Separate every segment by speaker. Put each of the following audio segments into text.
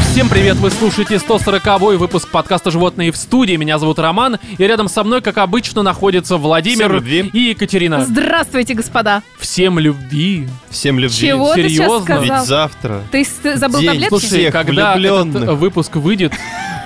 Speaker 1: Всем привет, вы слушаете 140-й выпуск подкаста «Животные в студии». Меня зовут Роман, и рядом со мной, как обычно, находятся
Speaker 2: Всем
Speaker 1: Владимир
Speaker 2: любви.
Speaker 1: и Екатерина.
Speaker 3: Здравствуйте, господа.
Speaker 1: Всем любви.
Speaker 2: Всем любви.
Speaker 3: Чего ты
Speaker 1: серьезно?
Speaker 3: сейчас сказал?
Speaker 2: Ведь завтра.
Speaker 3: Ты с- забыл
Speaker 2: День.
Speaker 3: таблетки?
Speaker 1: Слушай,
Speaker 2: всех
Speaker 1: когда
Speaker 2: влюбленных.
Speaker 1: этот э, выпуск выйдет,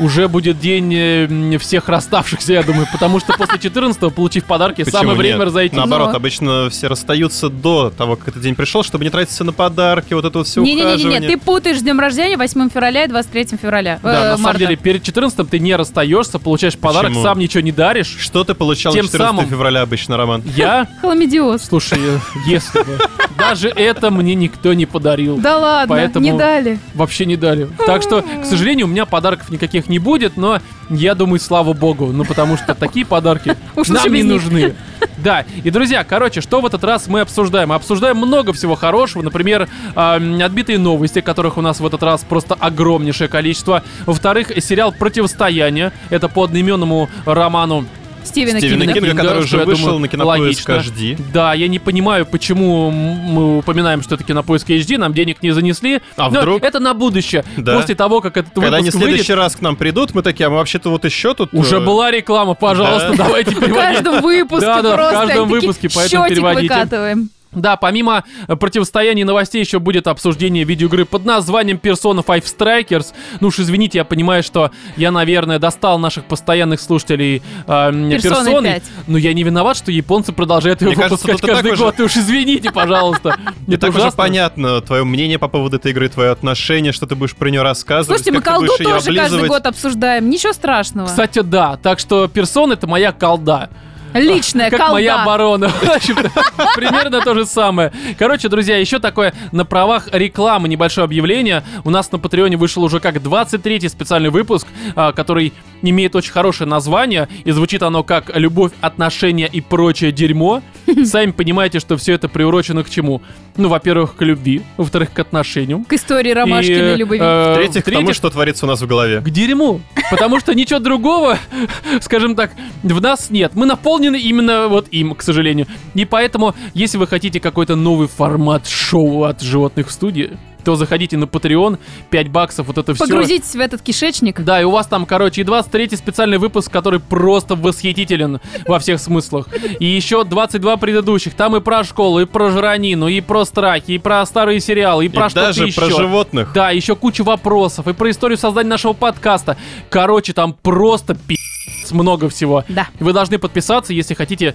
Speaker 1: уже будет день э, м, всех расставшихся, я думаю, потому что после 14-го, получив подарки,
Speaker 2: Почему
Speaker 1: самое
Speaker 2: нет?
Speaker 1: время разойтись.
Speaker 2: Наоборот,
Speaker 3: Но.
Speaker 2: обычно все расстаются до того, как этот день пришел, чтобы не тратиться на подарки, вот это вот все
Speaker 3: Не-не-не,
Speaker 2: ухаживание.
Speaker 3: ты путаешь с днем рождения 8 февраля и 23 февраля.
Speaker 1: Да,
Speaker 3: э,
Speaker 1: на самом
Speaker 3: марта.
Speaker 1: деле, перед 14 ты не расстаешься, получаешь подарок,
Speaker 2: Почему?
Speaker 1: сам ничего не даришь.
Speaker 2: Что ты получал
Speaker 1: Тем
Speaker 2: 14
Speaker 1: самым-
Speaker 2: февраля обычно, Роман?
Speaker 1: Я,
Speaker 3: Хламидиоз.
Speaker 1: слушай, э, если бы, даже это мне никто не подарил.
Speaker 3: Да ладно,
Speaker 1: Поэтому-
Speaker 3: не дали.
Speaker 1: Вообще не дали. Так что, к сожалению, у меня подарков никаких не будет, но я думаю, слава богу, ну потому что такие подарки
Speaker 3: Уж лучше
Speaker 1: нам не
Speaker 3: без них.
Speaker 1: нужны. Да, и, друзья, короче, что в этот раз мы обсуждаем? Обсуждаем много всего хорошего, например, эм, отбитые новости, которых у нас в этот раз просто огромнейшее количество. Во-вторых, сериал «Противостояние», это по одноименному роману
Speaker 3: Стивена
Speaker 2: Стивена
Speaker 3: Кинга.
Speaker 2: Кинга, который
Speaker 1: что,
Speaker 2: уже
Speaker 1: я
Speaker 2: вышел
Speaker 1: думаю,
Speaker 2: на кинопоиск
Speaker 1: логично.
Speaker 2: HD.
Speaker 1: Да, я не понимаю, почему м, мы упоминаем, что это кинопоиск HD, нам денег не занесли.
Speaker 2: А
Speaker 1: Но
Speaker 2: вдруг?
Speaker 1: Это на будущее.
Speaker 2: Да.
Speaker 1: После того, как этот
Speaker 2: Когда они в
Speaker 1: выпуск
Speaker 2: следующий
Speaker 1: выйдет,
Speaker 2: раз к нам придут, мы такие, а мы вообще-то вот еще тут...
Speaker 1: уже
Speaker 2: э,
Speaker 1: была реклама, пожалуйста,
Speaker 2: Да.
Speaker 1: давайте
Speaker 3: В
Speaker 1: переводить.
Speaker 3: каждом выпуске
Speaker 1: Да-да, в
Speaker 3: просто.
Speaker 1: каждом
Speaker 3: такие
Speaker 1: выпуске, поэтому
Speaker 3: счетик
Speaker 1: переводите.
Speaker 3: выкатываем.
Speaker 1: Да, помимо э, противостояния и новостей еще будет обсуждение видеоигры под названием Persona 5 Strikers. Ну уж извините, я понимаю, что я, наверное, достал наших постоянных слушателей э, м,
Speaker 3: Персоной
Speaker 1: персоной,
Speaker 3: 5.
Speaker 1: но я не виноват, что японцы продолжают ее
Speaker 2: Мне кажется,
Speaker 1: выпускать
Speaker 2: тут и так
Speaker 1: каждый
Speaker 2: уже-
Speaker 1: год. И уж извините, пожалуйста.
Speaker 2: И так уже
Speaker 1: ужасно.
Speaker 2: понятно твое мнение по поводу этой игры, твое отношение, что ты будешь про нее рассказывать,
Speaker 3: Слушайте, мы
Speaker 2: как ты
Speaker 3: колду
Speaker 2: будешь ее
Speaker 3: тоже каждый
Speaker 2: облизывать.
Speaker 3: год обсуждаем. Ничего страшного.
Speaker 1: Кстати, да. Так что персон это моя колда.
Speaker 3: Личная
Speaker 1: Как
Speaker 3: колда.
Speaker 1: моя оборона. В общем-то, Примерно то же самое. Короче, друзья, еще такое на правах рекламы небольшое объявление. У нас на Патреоне вышел уже как 23-й специальный выпуск, а, который имеет очень хорошее название, и звучит оно как «Любовь, отношения и прочее дерьмо». Сами понимаете, что все это приурочено к чему? Ну, во-первых, к любви, во-вторых, к отношениям.
Speaker 3: К истории
Speaker 1: И,
Speaker 3: Ромашкиной
Speaker 1: э,
Speaker 3: любви.
Speaker 1: э,
Speaker 2: В-третьих, к тому,
Speaker 1: в-третьих,
Speaker 2: что творится у нас в голове.
Speaker 1: к дерьму. Потому что ничего другого, скажем так, в нас нет. Мы наполнены именно вот им, к сожалению. И поэтому, если вы хотите какой-то новый формат шоу от животных в студии, то заходите на Patreon, 5 баксов, вот это все.
Speaker 3: Погрузитесь в этот кишечник.
Speaker 1: Да, и у вас там, короче, и 23-й специальный выпуск, который просто восхитителен во всех смыслах. И еще 22 предыдущих. Там и про школу, и про жранину, и про страхи, и про старые сериалы, и про
Speaker 2: и
Speaker 1: что-то
Speaker 2: даже
Speaker 1: еще.
Speaker 2: про животных.
Speaker 1: Да, еще куча вопросов и про историю создания нашего подкаста. Короче, там просто пи***ц много всего.
Speaker 3: Да.
Speaker 1: Вы должны подписаться, если хотите...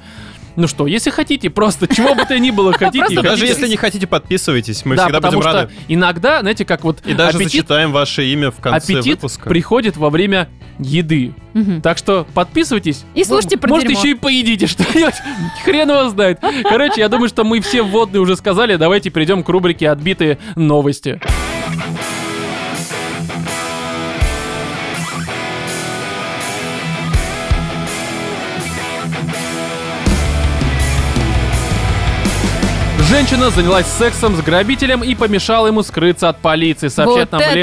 Speaker 1: Ну что, если хотите, просто чего бы то ни было, хотите.
Speaker 3: Просто
Speaker 2: Даже
Speaker 1: хотите.
Speaker 2: если не хотите, подписывайтесь, мы
Speaker 1: Да,
Speaker 2: всегда
Speaker 1: потому
Speaker 2: будем
Speaker 1: что
Speaker 2: рады.
Speaker 1: иногда, знаете, как вот
Speaker 2: И даже
Speaker 1: аппетит,
Speaker 2: зачитаем ваше имя в конце
Speaker 1: аппетит
Speaker 2: выпуска.
Speaker 1: приходит во время еды.
Speaker 3: Мгм.
Speaker 1: Так что подписывайтесь.
Speaker 3: И слушайте про
Speaker 1: Может,
Speaker 3: дерьмо.
Speaker 1: еще и поедите что-нибудь. Хрен его знает. Короче, я думаю, что мы все вводные уже сказали. Давайте перейдем к рубрике «Отбитые новости». Женщина занялась сексом с грабителем и помешала ему скрыться от полиции, сообщает
Speaker 3: Вот
Speaker 1: нам
Speaker 3: это-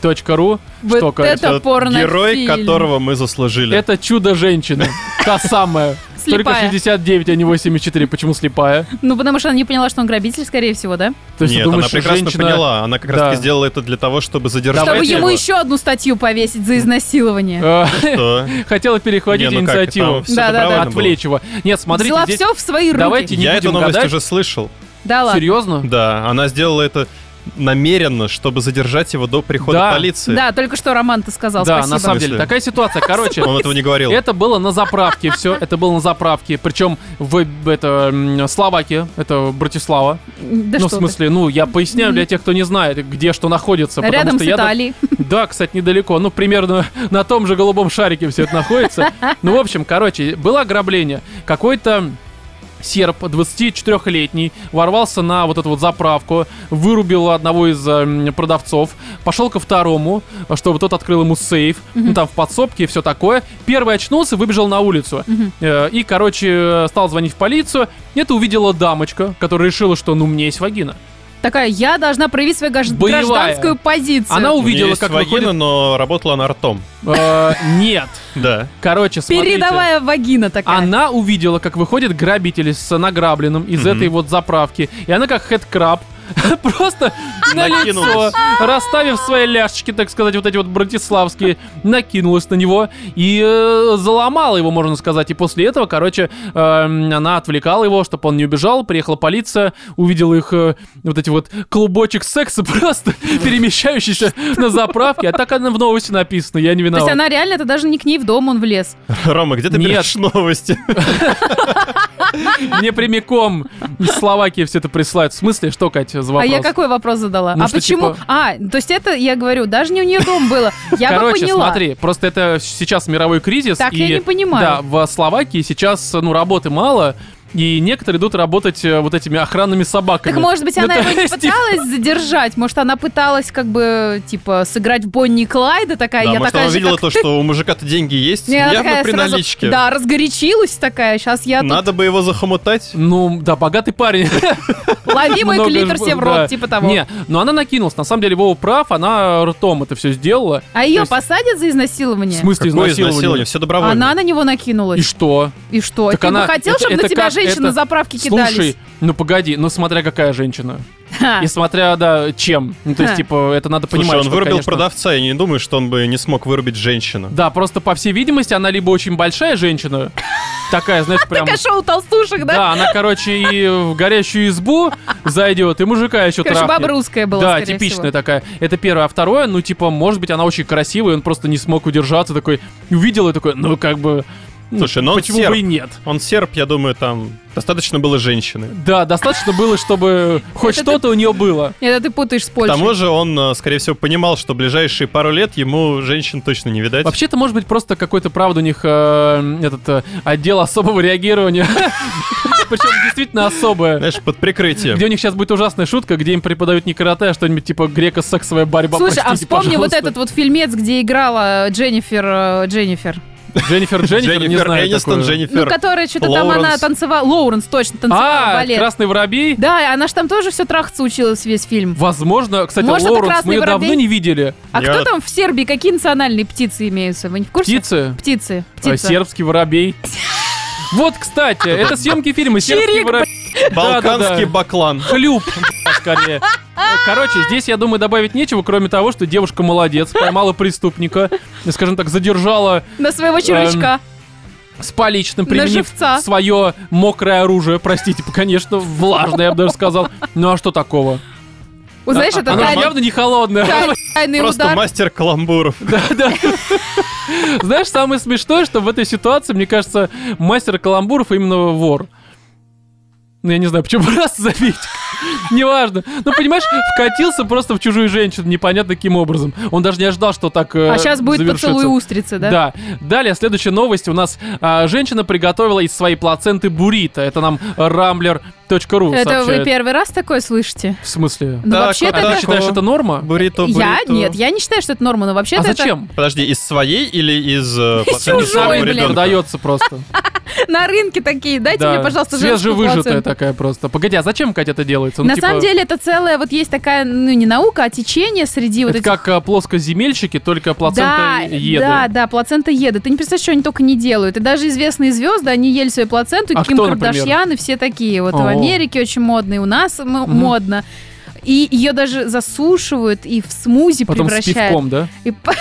Speaker 1: лента.ру.
Speaker 3: Вот
Speaker 1: что, Катя?
Speaker 3: это
Speaker 2: Тот
Speaker 3: порнофильм.
Speaker 2: Герой, которого мы заслужили.
Speaker 1: Это чудо женщины. Та самая. Только
Speaker 3: Слепая.
Speaker 1: 69, а не 84. Почему слепая?
Speaker 3: Ну, потому что она не поняла, что он грабитель, скорее всего, да?
Speaker 1: То
Speaker 2: Нет, она прекрасно поняла. Она как
Speaker 1: Да.
Speaker 2: раз таки сделала это для того, чтобы задержать
Speaker 3: Чтобы
Speaker 1: Давайте
Speaker 3: ему
Speaker 2: его.
Speaker 3: еще одну статью повесить за изнасилование.
Speaker 1: э,
Speaker 2: Что?
Speaker 1: хотела перехватить
Speaker 2: Не, ну как,
Speaker 1: инициативу.
Speaker 2: там всё
Speaker 3: Да, да, да.
Speaker 2: добровольно было.
Speaker 1: Отвлечь его. Нет, смотрите,
Speaker 3: Взяла
Speaker 1: здесь...
Speaker 3: все в свои руки.
Speaker 1: Давайте не
Speaker 2: Я
Speaker 1: будем
Speaker 2: эту новость
Speaker 1: гадать.
Speaker 2: уже слышал.
Speaker 3: Да ладно.
Speaker 1: Серьезно?
Speaker 2: Да, она сделала это намеренно, чтобы задержать его до прихода
Speaker 1: Да.
Speaker 2: полиции.
Speaker 3: Да, только что Роман-то сказал,
Speaker 1: Да,
Speaker 3: спасибо.
Speaker 1: на самом
Speaker 2: В
Speaker 1: деле.
Speaker 2: смысле?
Speaker 1: Такая ситуация. Короче,
Speaker 2: Он этого не говорил.
Speaker 1: Это было на заправке, все. Это было на заправке. Причем в это, м, Словакии, это Братислава.
Speaker 3: Да
Speaker 1: ну, в
Speaker 3: что ты.
Speaker 1: смысле, ну, я поясняю для тех, кто не знает, где что находится. потому
Speaker 3: Рядом
Speaker 1: что
Speaker 3: с
Speaker 1: я так-
Speaker 3: Италией.
Speaker 1: Да, кстати, недалеко. Ну, примерно на том же голубом шарике все это находится. Ну, в общем, короче, было ограбление. Какой-то серп 24-летний ворвался на вот эту вот заправку, вырубил одного из эм, продавцов, пошел ко второму, чтобы тот открыл ему сейф, ну, там в подсобке и все такое. Первый очнулся, выбежал на улицу. Э, и, короче, э, стал звонить в полицию. Это увидела дамочка, которая решила, что ну, мне есть вагина.
Speaker 3: Такая, я должна проявить свою гаж-
Speaker 1: Боевая.
Speaker 3: гражданскую позицию.
Speaker 1: Она
Speaker 2: У нее
Speaker 1: увидела,
Speaker 2: есть
Speaker 1: как
Speaker 2: вагина,
Speaker 1: выходит...
Speaker 2: но работала она ртом.
Speaker 1: Э, нет.
Speaker 2: Да.
Speaker 1: Короче, смотрите.
Speaker 3: Передовая вагина такая.
Speaker 1: Она увидела, как выходит грабитель с награбленным из
Speaker 2: Мгм.
Speaker 1: этой вот заправки. И она как хэдкраб Просто на лицо,
Speaker 3: Ну.
Speaker 2: Накинулась.
Speaker 1: расставив свои ляшечки, так сказать, вот эти вот братиславские, накинулась на него и э, заломала его, можно сказать. И после этого, короче, э, она отвлекала его, чтобы он не убежал. Приехала полиция, увидела их э, вот эти вот клубочек секса просто перемещающийся на заправке. А так она в новости написана, я не
Speaker 3: То есть
Speaker 1: виноват.
Speaker 3: она реально, это даже не к ней в дом он влез.
Speaker 2: Рома, где ты
Speaker 1: Нет.
Speaker 2: берешь новости?
Speaker 1: Мне прямиком из Словакии все это присылают. В смысле, что, Катя, за вопрос?
Speaker 3: А я какой вопрос задала?
Speaker 1: Ну,
Speaker 3: а
Speaker 1: что
Speaker 3: почему?
Speaker 1: типа-
Speaker 3: А, то есть это, я говорю, даже не у нее дом было. Я бы
Speaker 1: Короче,
Speaker 3: поняла.
Speaker 1: смотри, просто это сейчас мировой кризис.
Speaker 3: Так
Speaker 1: и,
Speaker 3: я не понимаю.
Speaker 1: Да, в Словакии сейчас, ну, работы мало, и некоторые идут работать э, вот этими охранными собаками.
Speaker 3: Так может быть
Speaker 1: Ну,
Speaker 3: она
Speaker 1: то
Speaker 3: его не
Speaker 1: есть, типа,
Speaker 3: пыталась задержать? Может она пыталась как бы типа сыграть в Бонни и Клайда
Speaker 1: А
Speaker 3: такая?
Speaker 2: Да,
Speaker 3: я
Speaker 2: может,
Speaker 3: такая
Speaker 2: она
Speaker 3: же,
Speaker 2: видела
Speaker 3: как
Speaker 2: то,
Speaker 3: ты».
Speaker 2: что у мужика-то деньги есть,
Speaker 3: И она
Speaker 2: явно
Speaker 3: такая
Speaker 2: при
Speaker 3: сразу,
Speaker 2: наличке.
Speaker 3: Да, разгорячилась такая. Сейчас я тут
Speaker 2: Надо бы его захомутать.
Speaker 1: Ну, да, богатый парень.
Speaker 3: лови мой
Speaker 1: Много
Speaker 3: клитор
Speaker 1: ж-
Speaker 3: себе в
Speaker 1: да.
Speaker 3: рот, типа того.
Speaker 1: Не, но она накинулась. На самом деле, Вова прав, она ртом это все сделала.
Speaker 3: А
Speaker 1: То
Speaker 3: ее
Speaker 1: есть-
Speaker 3: посадят за изнасилование?
Speaker 1: В смысле
Speaker 2: Какое
Speaker 1: изнасилование?
Speaker 2: Все добровольно.
Speaker 3: Она на него
Speaker 1: И
Speaker 3: накинулась.
Speaker 1: что?
Speaker 3: И, что?
Speaker 1: Так
Speaker 3: Ты
Speaker 1: она-
Speaker 3: бы хотел,
Speaker 1: это-
Speaker 3: чтобы
Speaker 1: это
Speaker 3: на тебя
Speaker 1: как-
Speaker 3: женщины
Speaker 1: это-
Speaker 3: на заправке кидались? А.
Speaker 1: Слушай, ну погоди, ну смотря какая женщина.
Speaker 3: Ха.
Speaker 1: И смотря, да, чем. Ну, то есть,
Speaker 3: Ха.
Speaker 1: типа, это надо
Speaker 2: Слушай,
Speaker 1: понимать.
Speaker 2: он
Speaker 1: что,
Speaker 2: вырубил
Speaker 1: конечно,
Speaker 2: продавца, я не думаю, что он бы не смог вырубить женщину.
Speaker 1: Да, просто, по всей видимости, она либо очень большая женщина, такая, знаешь, прям...
Speaker 3: Такая шоу толстушек, да?
Speaker 1: Да, она, короче, и в горящую избу зайдет, и мужика еще
Speaker 3: Короче, баба
Speaker 1: трахнет.
Speaker 3: русская была,
Speaker 1: Да,
Speaker 3: скорее
Speaker 1: типичная
Speaker 3: всего.
Speaker 1: такая. Это первое. А второе, ну, типа, может быть, она очень красивая, и он просто не смог удержаться, такой, увидел и такой, ну, как бы... ну,
Speaker 2: Слушай, ну он
Speaker 1: Почему
Speaker 2: серб.
Speaker 1: бы и нет?
Speaker 2: Он серб, я думаю, там достаточно было женщины.
Speaker 1: Да, достаточно было, чтобы хоть
Speaker 3: Это ты-
Speaker 1: что-то у нее было.
Speaker 3: Это ты путаешь с
Speaker 2: К
Speaker 3: Польшей.
Speaker 2: тому же он, э, скорее всего, понимал, что ближайшие пару лет ему женщин точно не видать.
Speaker 1: Вообще-то, может быть, просто какой-то, правда, у них э, этот э, отдел особого реагирования. Причем действительно особое.
Speaker 2: Знаешь, под прикрытием.
Speaker 1: Где у них сейчас будет ужасная шутка, где им преподают не карате, а что-нибудь типа греко-сексовая борьба.
Speaker 3: Слушай, а
Speaker 1: простите,
Speaker 3: вспомни вот
Speaker 1: пожалуйста.
Speaker 3: этот вот фильмец, где играла Дженнифер, э, Дженнифер,
Speaker 1: Дженнифер, Дженнифер, не знаю
Speaker 2: Энистон,
Speaker 1: такую.
Speaker 2: Дженнифер.
Speaker 3: ну, которая что-то там она
Speaker 2: Лоуренс.
Speaker 3: танцевала, Лоуренс точно танцевала
Speaker 1: А,
Speaker 3: балет.
Speaker 1: Красный Воробей?
Speaker 3: Да, и она же там тоже все трахаться училась весь фильм.
Speaker 1: Возможно, кстати,
Speaker 3: Может, это
Speaker 1: Лоуренс, мы
Speaker 3: «Красный
Speaker 1: ее
Speaker 3: воробей»?
Speaker 1: давно не видели.
Speaker 3: А
Speaker 2: Я-
Speaker 3: кто там в Сербии? Какие национальные птицы имеются? Вы не в курсе?
Speaker 1: Птицы?
Speaker 3: Птицы.
Speaker 1: Э,
Speaker 3: Птица.
Speaker 1: Сербский Воробей. Вот, кстати, это съемки фильма «Сербский
Speaker 3: Чирик,
Speaker 1: Воробей».
Speaker 2: Балканский
Speaker 1: Да-да-да.
Speaker 2: баклан.
Speaker 1: Хлюп, бля, скорее. Короче, здесь, я думаю, добавить нечего, кроме того, что девушка молодец, поймала преступника, скажем так, задержала
Speaker 3: На своего
Speaker 1: Эм,
Speaker 3: червячка.
Speaker 1: с поличным,
Speaker 3: На
Speaker 1: применив
Speaker 3: живца.
Speaker 1: свое мокрое оружие, простите, конечно, влажное, я бы даже сказал. Ну а что такого? а,
Speaker 3: Вот Знаешь, это
Speaker 1: Она
Speaker 3: тай-
Speaker 1: явно не холодная.
Speaker 3: тай- тайный
Speaker 2: Просто
Speaker 3: удар.
Speaker 2: мастер каламбуров.
Speaker 1: Да, да. Знаешь, самое смешное, что в этой ситуации, мне кажется, мастер каламбуров именно вор. Ну, я не знаю, почему раз забить. Неважно. Ну, понимаешь, вкатился просто в чужую женщину, непонятно каким образом. Он даже не ожидал, что так э,
Speaker 3: А сейчас будет
Speaker 1: завершится.
Speaker 3: поцелуй устрицы, да?
Speaker 1: Да. Далее, следующая новость. У нас а, женщина приготовила из своей плаценты буррито. Это нам rambler.ru
Speaker 3: Это вы
Speaker 1: сообщает.
Speaker 3: первый раз такое слышите?
Speaker 1: В смысле?
Speaker 3: Ну,
Speaker 2: Так,
Speaker 1: А
Speaker 3: вообще-то
Speaker 2: вот
Speaker 1: ты
Speaker 2: так.
Speaker 3: это...
Speaker 1: считаешь, это норма?
Speaker 2: Бурито,
Speaker 3: Я?
Speaker 2: бурито.
Speaker 3: Нет, я не считаю, что это норма, но вообще-то
Speaker 1: э? А
Speaker 3: это-
Speaker 1: зачем?
Speaker 2: Подожди, из своей или из э, пациента
Speaker 3: чужой,
Speaker 2: своего
Speaker 3: блин.
Speaker 2: ребенка?
Speaker 1: Продается просто.
Speaker 3: на рынке такие, дайте
Speaker 1: Да,
Speaker 3: мне, пожалуйста, женскую
Speaker 1: Свежевыжатая
Speaker 3: плаценту.
Speaker 1: такая просто. Погоди, а зачем, Катя, это делается? Ну,
Speaker 3: На
Speaker 1: типа,
Speaker 3: самом деле это целая, вот есть такая, ну не наука, а течение среди вот
Speaker 1: это
Speaker 3: этих...
Speaker 1: как а, плоскоземельщики, только
Speaker 3: да,
Speaker 1: плацента еды.
Speaker 3: да, да, плацента еды. Ты не представляешь, что они только не делают. И даже известные звезды, они ели свою плаценту,
Speaker 1: А
Speaker 3: Ким
Speaker 1: кто, например?
Speaker 3: Кардашьян и все такие. Вот
Speaker 1: О.
Speaker 3: в Америке очень модно, и у нас м- модно. И ее даже засушивают и в смузи
Speaker 1: Потом с
Speaker 3: превращают.
Speaker 1: пивком, да?
Speaker 3: И по-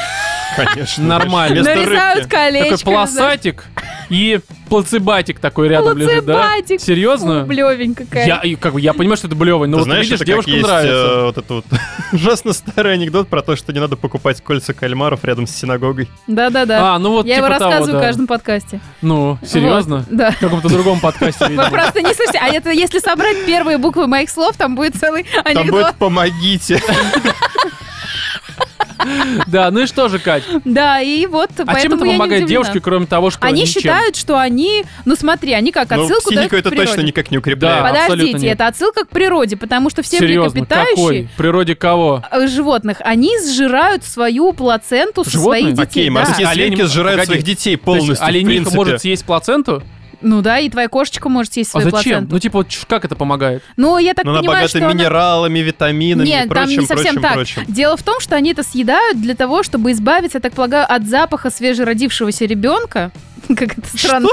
Speaker 2: Конечно.
Speaker 1: Нормально.
Speaker 2: Вместо
Speaker 3: нарезают
Speaker 2: рыбки.
Speaker 1: Такой
Speaker 3: колечко.
Speaker 1: пласатик и плацебатик такой рядом лежит, да?
Speaker 3: Плацебатик,
Speaker 1: Серьезно?
Speaker 3: Блевенькая какая.
Speaker 1: Я, и как бы, я понимаю, что это блевый, но
Speaker 2: Ты
Speaker 1: вот
Speaker 2: знаешь,
Speaker 1: видишь,
Speaker 2: это как
Speaker 1: девушкам
Speaker 2: есть
Speaker 1: нравится.
Speaker 2: э, вот это вот ужасно старый анекдот про то, что не надо покупать кольца кальмаров рядом с синагогой.
Speaker 3: Да-да-да.
Speaker 1: А, ну вот
Speaker 3: Я
Speaker 1: типа
Speaker 3: его
Speaker 1: того,
Speaker 3: рассказываю в
Speaker 1: да.
Speaker 3: каждом подкасте.
Speaker 1: Ну, серьезно?
Speaker 3: Вот, Да.
Speaker 1: В каком-то другом подкасте,
Speaker 3: Вы
Speaker 1: видимо.
Speaker 3: просто не слышите. А это если собрать первые буквы моих слов, там будет целый
Speaker 2: Там
Speaker 3: анекдот.
Speaker 2: будет «помогите».
Speaker 1: Да, ну и что же, Кать?
Speaker 3: Да, и вот поэтому
Speaker 1: А чем это
Speaker 3: я не
Speaker 1: помогает
Speaker 3: удивлена.
Speaker 1: девушке, кроме того, что
Speaker 3: Они
Speaker 1: ничем?
Speaker 3: считают, что они... Ну смотри, они как
Speaker 2: Ну,
Speaker 3: отсылку дают
Speaker 2: психику
Speaker 3: к
Speaker 2: это
Speaker 3: природе.
Speaker 2: точно никак не
Speaker 1: Да.
Speaker 2: укрепляет.
Speaker 1: абсолютно
Speaker 3: Подождите,
Speaker 1: нет.
Speaker 3: это отсылка к природе, потому что все
Speaker 1: Серьезно, какой?
Speaker 3: млекопитающие
Speaker 1: В природе кого?
Speaker 3: э, животных, они сжирают свою плаценту со
Speaker 1: Животные?
Speaker 3: своих детей.
Speaker 2: Окей,
Speaker 3: да.
Speaker 2: морские
Speaker 1: Да.
Speaker 2: свинки
Speaker 1: Олени-
Speaker 2: сжирают
Speaker 1: погоди.
Speaker 2: своих детей
Speaker 1: То есть
Speaker 2: полностью, в
Speaker 1: оленька
Speaker 2: принципе.
Speaker 1: может съесть плаценту?
Speaker 3: Ну да, и твоя кошечка может съесть
Speaker 1: А
Speaker 3: свою
Speaker 1: зачем?
Speaker 3: плаценту.
Speaker 1: Ну, типа, вот чш- как это помогает?
Speaker 3: Ну, я так
Speaker 2: Но она
Speaker 3: понимаю,
Speaker 2: богата
Speaker 3: что... она-
Speaker 2: минералами, витаминами
Speaker 3: Нет,
Speaker 2: и
Speaker 3: там
Speaker 2: прочим,
Speaker 3: не совсем
Speaker 2: прочим,
Speaker 3: так.
Speaker 2: прочим.
Speaker 3: Дело в том, что они это съедают для того, чтобы избавиться, я так полагаю, от запаха свежеродившегося ребенка. Как это странно.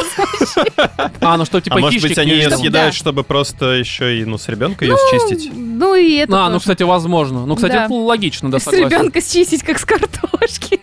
Speaker 1: А, ну что, типа
Speaker 2: а может
Speaker 1: хищник
Speaker 2: быть, они
Speaker 1: не
Speaker 2: ее
Speaker 1: видел.
Speaker 3: съедают?
Speaker 2: съедают, чтобы просто еще и, ну, с ребенка ее счистить?
Speaker 3: Ну и это
Speaker 1: А, ну,
Speaker 3: тоже.
Speaker 1: кстати, возможно. Ну, кстати,
Speaker 3: Да.
Speaker 1: это логично, да,
Speaker 3: С
Speaker 1: согласен.
Speaker 3: ребенка счистить, как с картошки.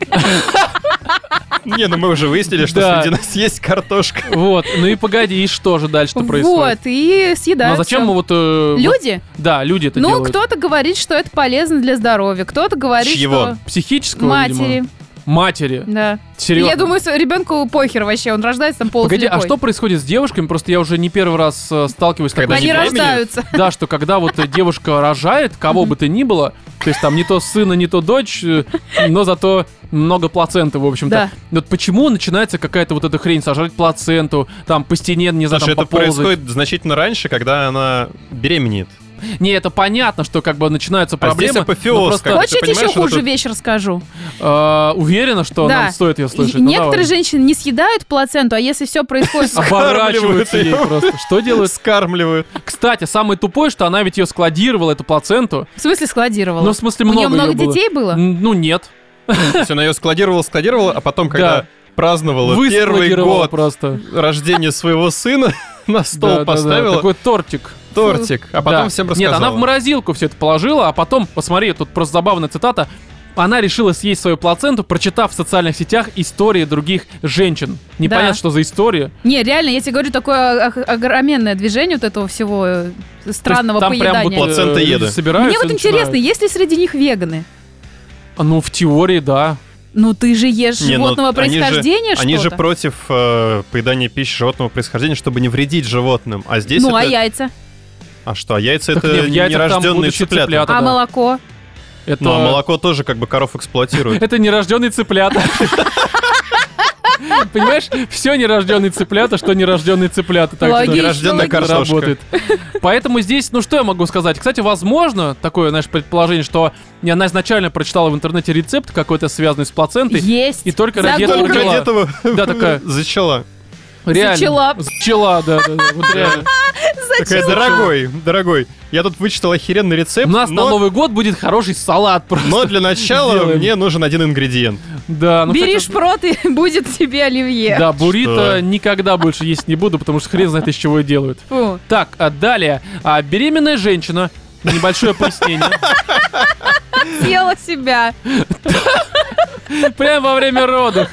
Speaker 2: Не, ну мы уже выяснили, что
Speaker 1: Да.
Speaker 2: среди нас есть картошка.
Speaker 1: Вот, ну и погоди, и что же дальше-то
Speaker 3: Вот,
Speaker 1: происходит?
Speaker 3: и съедают.
Speaker 1: Но зачем
Speaker 3: всё.
Speaker 1: мы вот... э, вот-
Speaker 3: Люди?
Speaker 1: Да, люди это
Speaker 3: ну,
Speaker 1: делают.
Speaker 3: кто-то говорит, что это полезно для здоровья, кто-то говорит,
Speaker 2: Чьего?
Speaker 3: что
Speaker 1: Психического,
Speaker 3: матери,
Speaker 1: видимо? Матери.
Speaker 3: да.
Speaker 1: Серьезно.
Speaker 3: Я думаю, что ребенку похер вообще, он рождается там
Speaker 1: Погоди,
Speaker 3: полуслепой.
Speaker 1: а что происходит с девушками? Просто я уже не первый раз э, сталкиваюсь с
Speaker 2: Когда
Speaker 1: такой
Speaker 3: Они
Speaker 2: времени?
Speaker 3: рождаются.
Speaker 1: Да, что когда вот э, девушка рожает, кого бы то ни было, то есть там не то сына, не то дочь, э, но зато много плаценты, в общем-то.
Speaker 3: Да.
Speaker 1: Вот почему начинается какая-то вот эта хрень, сажать плаценту, там по стене, не знаю,
Speaker 2: Слушай,
Speaker 1: там
Speaker 2: это
Speaker 1: поползать.
Speaker 2: происходит значительно раньше, когда она беременеет.
Speaker 1: Не, это понятно, что как бы начинаются
Speaker 2: А здесь
Speaker 1: проблемы.
Speaker 2: апофеоз,
Speaker 1: но просто,
Speaker 2: как бы.
Speaker 3: Хочете
Speaker 2: понимаешь,
Speaker 3: еще
Speaker 2: что
Speaker 3: хуже
Speaker 2: тут-
Speaker 3: вещь расскажу?
Speaker 1: э, уверена, что
Speaker 3: Да.
Speaker 1: нам стоит ее слышать.
Speaker 3: И-
Speaker 1: Ну,
Speaker 3: Некоторые
Speaker 1: давай.
Speaker 3: женщины не съедают плаценту, а если все происходит...
Speaker 1: оборачиваются ей
Speaker 2: Скармливают
Speaker 1: просто. Что делают?
Speaker 2: Скармливают.
Speaker 1: Кстати, самое тупое, что она ведь ее складировала, эту плаценту.
Speaker 3: В смысле складировала?
Speaker 1: Ну, в смысле,
Speaker 3: У
Speaker 1: много
Speaker 3: нее много
Speaker 1: её было.
Speaker 3: детей было?
Speaker 1: Н- Ну, нет.
Speaker 2: То есть она ее складировала, складировала, а потом, когда
Speaker 1: Да.
Speaker 2: праздновала первый
Speaker 1: Выскладировала
Speaker 2: год
Speaker 1: просто.
Speaker 2: рождения своего сына, на
Speaker 1: Да, да,
Speaker 2: стол
Speaker 1: да,
Speaker 2: поставила
Speaker 1: Такой тортик.
Speaker 2: тортик, а потом
Speaker 1: Да.
Speaker 2: всем
Speaker 1: Нет,
Speaker 2: рассказала.
Speaker 1: она в морозилку все это положила, а потом, посмотри, тут просто забавная цитата. Она решила съесть свою плаценту, прочитав в социальных сетях истории других женщин. Непонятно,
Speaker 3: Да.
Speaker 1: что за история.
Speaker 3: Не, реально, я тебе говорю, такое ох- огроменное движение вот этого всего э,
Speaker 1: То есть
Speaker 3: странного
Speaker 1: там прям
Speaker 3: поедания.
Speaker 1: вот, э,
Speaker 2: Плацента
Speaker 1: люди
Speaker 2: еда.
Speaker 1: собираются
Speaker 3: Мне вот
Speaker 1: и
Speaker 3: интересно,
Speaker 1: начинают.
Speaker 3: есть ли среди них веганы?
Speaker 1: Ну, в теории, да.
Speaker 3: Ну ты же ешь
Speaker 2: Не, ну,
Speaker 3: животного
Speaker 2: они же-
Speaker 3: происхождения
Speaker 2: Они же
Speaker 3: что-то.
Speaker 2: против э, поедания пищи животного происхождения, чтобы не вредить животным. А здесь
Speaker 3: Ну а
Speaker 2: это...
Speaker 3: яйца?
Speaker 2: А что, а яйца
Speaker 1: Так не, в
Speaker 2: это
Speaker 1: яйцах там
Speaker 2: нерожденные
Speaker 1: будущие
Speaker 2: цыплята.
Speaker 1: цыплята.
Speaker 3: А
Speaker 1: да.
Speaker 3: молоко?
Speaker 1: Это,
Speaker 2: Ну, а молоко тоже как бы коров эксплуатирует.
Speaker 1: это нерожденные цыплята. Понимаешь, все нерожденные цыплята, что нерожденные цыплята. Так что-
Speaker 3: Логично,
Speaker 2: Нерожденная
Speaker 3: логично.
Speaker 1: это
Speaker 2: картошка.
Speaker 1: работает. Поэтому здесь, ну что я могу сказать? Кстати, возможно, такое, знаешь, предположение, что не она изначально прочитала в интернете рецепт какой-то связанный с плацентой.
Speaker 3: Есть.
Speaker 1: Ну, И только ради
Speaker 3: Загугли.
Speaker 1: этого
Speaker 2: Только ради
Speaker 1: Зачала.
Speaker 2: этого
Speaker 1: Да, такая.
Speaker 2: зачала.
Speaker 1: Реально.
Speaker 3: Зачала.
Speaker 1: Зачала, да, да, да, вот реально.
Speaker 2: Такая, дорогой, дорогой, я тут вычитал охеренный
Speaker 1: У
Speaker 2: рецепт,
Speaker 1: нас на
Speaker 2: Э, но
Speaker 1: Новый год будет хороший салат просто.
Speaker 2: но для начала
Speaker 1: сделаем.
Speaker 2: мне нужен один ингредиент.
Speaker 1: Да, ну, кстати,
Speaker 3: Бери шпрот, и будет тебе оливье.
Speaker 1: Да, буррито
Speaker 2: Что?
Speaker 1: никогда больше есть не буду, потому что хрен знает из чего и делают.
Speaker 3: Фу.
Speaker 1: Так, а далее. А, беременная женщина. Небольшое пояснение.
Speaker 3: Съела себя.
Speaker 1: Прямо во время родов.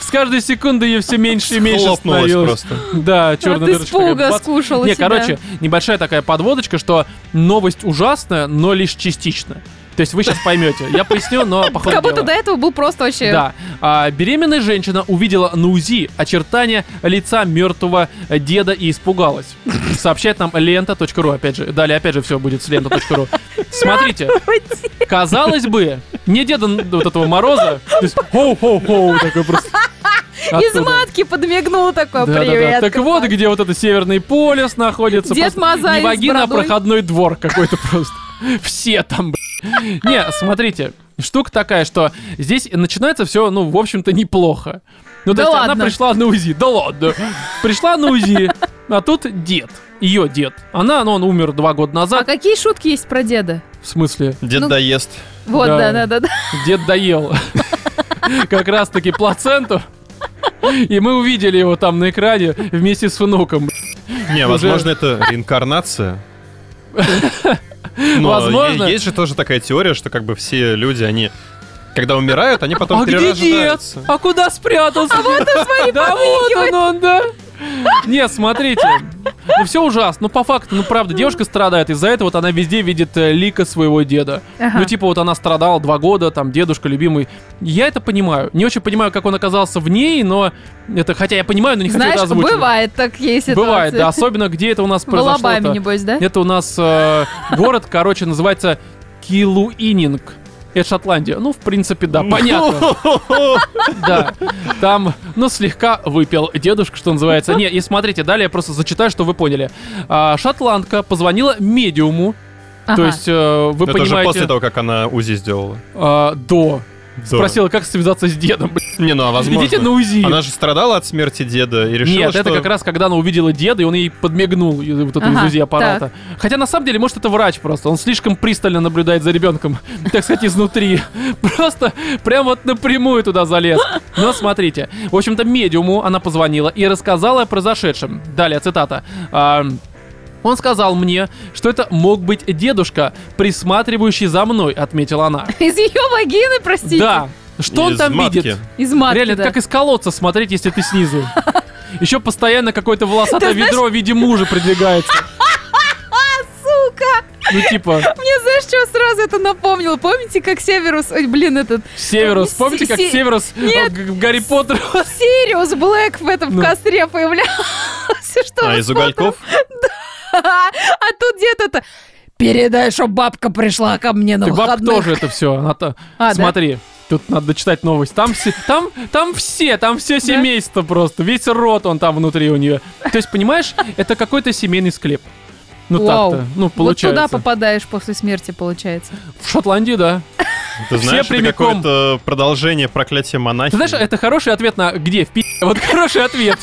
Speaker 1: С каждой секунды ее все меньше и меньше
Speaker 2: Хлопнулась
Speaker 1: становилось.
Speaker 2: просто.
Speaker 1: Да, черная
Speaker 3: От
Speaker 1: дырочка. такая,
Speaker 3: испуга
Speaker 1: бац.
Speaker 3: скушала
Speaker 1: Не,
Speaker 3: себя.
Speaker 1: короче, небольшая такая подводочка, что новость ужасная, но лишь частично. То есть вы сейчас поймете. Я поясню, но по ходу
Speaker 3: Как будто
Speaker 1: дела.
Speaker 3: до этого был просто вообще...
Speaker 1: Да. А, беременная женщина увидела на УЗИ очертания лица мертвого деда и испугалась. Сообщает нам лента.ру, опять же. Далее, опять же, все будет с лента.ру. Смотрите. Казалось бы, не деда н- вот этого Мороза. То есть, хоу-хоу-хоу, такой просто.
Speaker 3: Из
Speaker 1: оттуда.
Speaker 3: матки подмигнул такой,
Speaker 1: Да-да-да.
Speaker 3: привет.
Speaker 1: Так вот, где вот этот Северный полюс находится.
Speaker 3: Дед
Speaker 1: Просто
Speaker 3: Мазай
Speaker 1: Не
Speaker 3: с
Speaker 1: вагина, а
Speaker 3: бородой.
Speaker 1: проходной двор какой-то просто. Все там, блин. Не, смотрите, штука такая, что здесь начинается все, ну, в общем-то, неплохо. Ну, то
Speaker 3: Да
Speaker 1: есть она
Speaker 3: ладно.
Speaker 1: пришла на УЗИ. Да ладно. Пришла на УЗИ, а тут дед. Ее дед. Она, ну, он умер два года
Speaker 3: А
Speaker 1: назад.
Speaker 3: какие шутки есть про деда?
Speaker 1: В смысле?
Speaker 2: Дед
Speaker 3: Ну,
Speaker 2: доест.
Speaker 3: Вот,
Speaker 1: Да.
Speaker 3: да, да, да. да.
Speaker 1: Дед доел как раз-таки плаценту. И мы увидели его там на экране вместе с внуком.
Speaker 2: Не,
Speaker 1: уже-
Speaker 2: возможно, это реинкарнация. Но
Speaker 1: Возможно.
Speaker 2: е- Есть же тоже такая теория, что как бы все люди, они когда умирают, они потом
Speaker 1: А где дед?
Speaker 2: перерождаются.
Speaker 1: А куда спрятался? А вот он, смотри, Да вот он, он, да. Нет, смотрите. Ну все ужасно. Ну по факту, ну правда, девушка страдает. Из-за этого вот она везде видит э, лика своего деда.
Speaker 3: Ага.
Speaker 1: Ну типа вот она страдала два года, там дедушка любимый. Я это понимаю. Не очень понимаю, как он оказался в ней, но это, хотя я понимаю, но не хочу это
Speaker 3: Знаешь,
Speaker 1: озвучивать.
Speaker 3: бывает такие ситуации.
Speaker 1: Бывает, да. Особенно где это у нас
Speaker 3: В
Speaker 1: произошло.
Speaker 3: Алабаме, небось, да?
Speaker 1: Это у нас э, город, короче, называется Килуининг. Это Шотландия. Ну, в принципе, да, понятно. Да, там, ну, слегка выпил дедушка, что называется. Не, и смотрите, далее я просто зачитаю, что вы поняли. А, Шотландка позвонила медиуму,
Speaker 3: Ага.
Speaker 1: то есть э, вы
Speaker 2: Это уже
Speaker 1: понимаете...
Speaker 2: после того, как она УЗИ сделала.
Speaker 1: а, до. Спросила, как связаться с дедом. блядь.
Speaker 2: Не, ну а возможно.
Speaker 1: Идите на УЗИ.
Speaker 2: Она же страдала от смерти деда и решила,
Speaker 1: Нет,
Speaker 2: что...
Speaker 1: это как раз когда она увидела деда, и он ей подмигнул и вот это
Speaker 3: Ага,
Speaker 1: из УЗИ аппарата. Хотя на самом деле, может, это врач просто. Он слишком пристально наблюдает за ребенком, так сказать, изнутри. Просто прям вот напрямую туда залез. Но смотрите, в общем-то, медиуму она позвонила и рассказала о произошедшем. Далее цитата. Ам, Он сказал мне, что это мог быть дедушка, присматривающий за мной, отметила она.
Speaker 3: Из ее вагины, простите.
Speaker 1: Да. Что он
Speaker 2: Из
Speaker 1: там
Speaker 2: матки.
Speaker 1: видит?
Speaker 3: Из матки,
Speaker 1: Реально,
Speaker 3: да.
Speaker 1: это как из колодца смотреть, если ты снизу. Еще постоянно какое-то волосатое
Speaker 3: Ты знаешь-
Speaker 1: ведро в виде мужа придвигается.
Speaker 3: Сука!
Speaker 1: Ну, типа,
Speaker 3: Мне знаешь, что сразу это напомнило? Помните, как Северус... Ой, блин, этот...
Speaker 1: Северус.
Speaker 3: Се-
Speaker 1: Помните, как
Speaker 3: се-
Speaker 1: Северус э,
Speaker 3: Нет.
Speaker 1: г- в Гарри Поттер?
Speaker 3: Сириус Блэк в этом
Speaker 1: Ну.
Speaker 3: в костре появлялся. Что
Speaker 2: А
Speaker 3: вы
Speaker 2: из угольков?
Speaker 3: А тут где-то-то... Передай, что бабка пришла ко мне на
Speaker 1: Так баб
Speaker 3: Ну, выходных.
Speaker 1: тоже это все. она та-
Speaker 3: А, да?
Speaker 1: Смотри. Тут надо дочитать новость. Там все, там, там все, там все семейство просто. Весь рот он там внутри у нее. То есть, понимаешь, это какой-то семейный склеп. Ну
Speaker 3: Вау.
Speaker 1: так-то. Ну,
Speaker 3: Вот
Speaker 1: получается.
Speaker 3: туда попадаешь после смерти, получается.
Speaker 1: В Шотландии, да.
Speaker 2: Ты знаешь, это
Speaker 1: прямиком.
Speaker 2: какое-то продолжение проклятия монахи.
Speaker 1: Ты знаешь, это хороший ответ на где в пи***? Вот хороший ответ.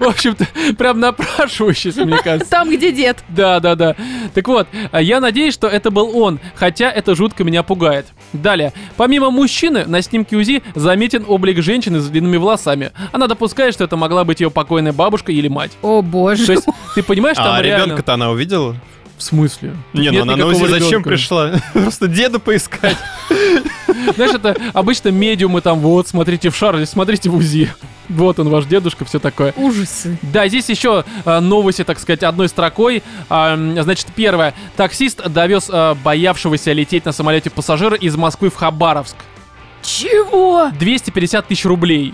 Speaker 1: В общем-то, прям напрашивающийся, мне кажется.
Speaker 3: Там, где дед.
Speaker 1: Да, да, да. Так вот, а я надеюсь, что это был он, хотя это жутко меня пугает. Далее. Помимо мужчины, на снимке УЗИ заметен облик женщины с длинными волосами. Она допускает, что это могла быть ее покойная бабушка или мать.
Speaker 3: О,
Speaker 1: То
Speaker 3: боже.
Speaker 1: есть, ты понимаешь, там
Speaker 2: А
Speaker 1: реально...
Speaker 2: ребенка-то она увидела?
Speaker 1: В смысле?
Speaker 2: Не,
Speaker 1: Нет
Speaker 2: ну она на
Speaker 1: никакого
Speaker 2: УЗИ зачем
Speaker 1: ребенка.
Speaker 2: пришла? Просто деда поискать.
Speaker 1: Знаешь, это обычно медиумы там, вот, смотрите в шар, смотрите в УЗИ. Вот он, ваш дедушка, все такое.
Speaker 3: Ужасы.
Speaker 1: Да, здесь еще э, новости, так сказать, одной строкой. А, м, значит, первое. Таксист довез э, боявшегося лететь на самолете пассажира из Москвы в Хабаровск.
Speaker 3: Чего?
Speaker 1: 250 тысяч рублей.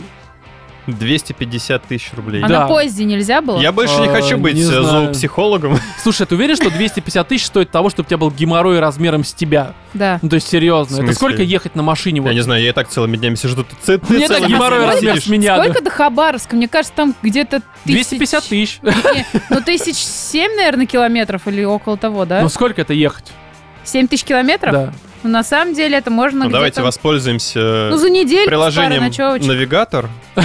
Speaker 2: 250 тысяч рублей.
Speaker 3: А
Speaker 1: Да.
Speaker 3: на поезде нельзя было?
Speaker 2: Я больше не
Speaker 1: А,
Speaker 2: хочу быть
Speaker 1: не
Speaker 2: э,
Speaker 1: знаю.
Speaker 2: зоопсихологом.
Speaker 1: Слушай, ты уверен, что 250 тысяч стоит того, чтобы у тебя был геморрой размером с тебя?
Speaker 3: Да.
Speaker 1: Ну, то есть,
Speaker 2: В
Speaker 1: серьезно. Это
Speaker 2: смысле?
Speaker 1: сколько ехать на машине? вот?
Speaker 2: Я не знаю, я и так целыми днями сижу. Тут ты, ты
Speaker 1: У меня так
Speaker 2: целыми
Speaker 1: геморрой
Speaker 2: днями
Speaker 1: размер с
Speaker 2: сидишь.
Speaker 1: меня. да.
Speaker 3: Сколько до Хабаровска? Мне кажется, там где-то тысяч...
Speaker 1: 250 тысяч.
Speaker 3: Не, Ну, тысяч семь, наверное, километров или около того, да?
Speaker 1: Ну, сколько это ехать?
Speaker 3: Семь тысяч километров?
Speaker 1: Да.
Speaker 3: Ну, на самом деле, это можно
Speaker 2: Ну,
Speaker 3: где-то...
Speaker 2: давайте воспользуемся э,
Speaker 3: Ну, за неделю
Speaker 2: приложением «Навигатор». А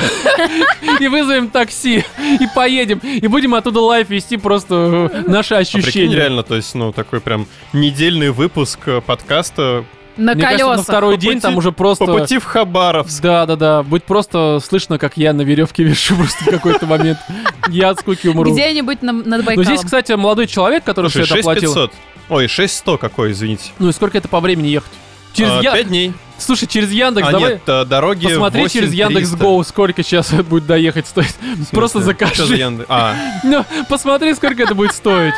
Speaker 1: И вызовем такси, и поедем, и будем оттуда лайф вести просто э, наши
Speaker 2: А прикинь,
Speaker 1: ощущения.
Speaker 2: реально, то есть, ну, такой прям недельный выпуск э, подкаста
Speaker 3: на
Speaker 1: Мне кажется, на
Speaker 3: колесах.
Speaker 1: второй
Speaker 2: По
Speaker 1: день
Speaker 2: пути-
Speaker 1: там уже просто...
Speaker 2: «По пути в Хабаровск».
Speaker 1: Да, да, да. Будет просто слышно, как я на веревке вешу просто в какой-то момент. Я от скуки умру.
Speaker 3: Где-нибудь на, над
Speaker 1: Но
Speaker 3: Байкалом.
Speaker 1: здесь, кстати, молодой человек, который все это
Speaker 2: Слушай,
Speaker 1: оплатил.
Speaker 2: 6500. Ой, 6100 какой, извините.
Speaker 1: Ну и сколько это по времени ехать? Через
Speaker 2: А,
Speaker 1: Я-
Speaker 2: 5 дней.
Speaker 1: Слушай, через Яндекс
Speaker 2: а
Speaker 1: давай.
Speaker 2: нет, э, дороги
Speaker 1: Посмотри через
Speaker 2: 8300.
Speaker 1: Яндекс Гоу, сколько сейчас это будет доехать стоить.
Speaker 2: В смысле?
Speaker 1: Просто
Speaker 2: Что за
Speaker 1: закажи.
Speaker 2: Яндекс? А,
Speaker 1: Ну, посмотри, сколько это будет стоить.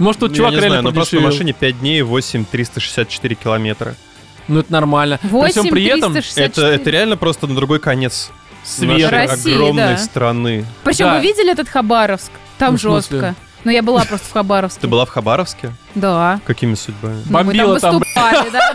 Speaker 1: Может, тут
Speaker 2: ну,
Speaker 1: чувак
Speaker 2: я не
Speaker 1: реально
Speaker 2: знаю, но просто на
Speaker 1: продешевил.
Speaker 2: машине 5 дней 8364 километра.
Speaker 1: Ну, это нормально. При всем
Speaker 3: 8
Speaker 1: при этом,
Speaker 3: 364.
Speaker 2: Это, это реально просто на другой конец
Speaker 1: свет.
Speaker 2: нашей
Speaker 3: России,
Speaker 2: огромной
Speaker 3: да.
Speaker 2: страны.
Speaker 3: Причем
Speaker 1: Да.
Speaker 3: вы видели этот Хабаровск? Там
Speaker 1: Ну, в смысле?
Speaker 3: жестко. Ну, я была просто в Хабаровске.
Speaker 2: Ты была в Хабаровске?
Speaker 3: Да.
Speaker 2: Какими судьбами?
Speaker 3: Ну, мы
Speaker 1: Бомбила там,
Speaker 3: там выступали, да,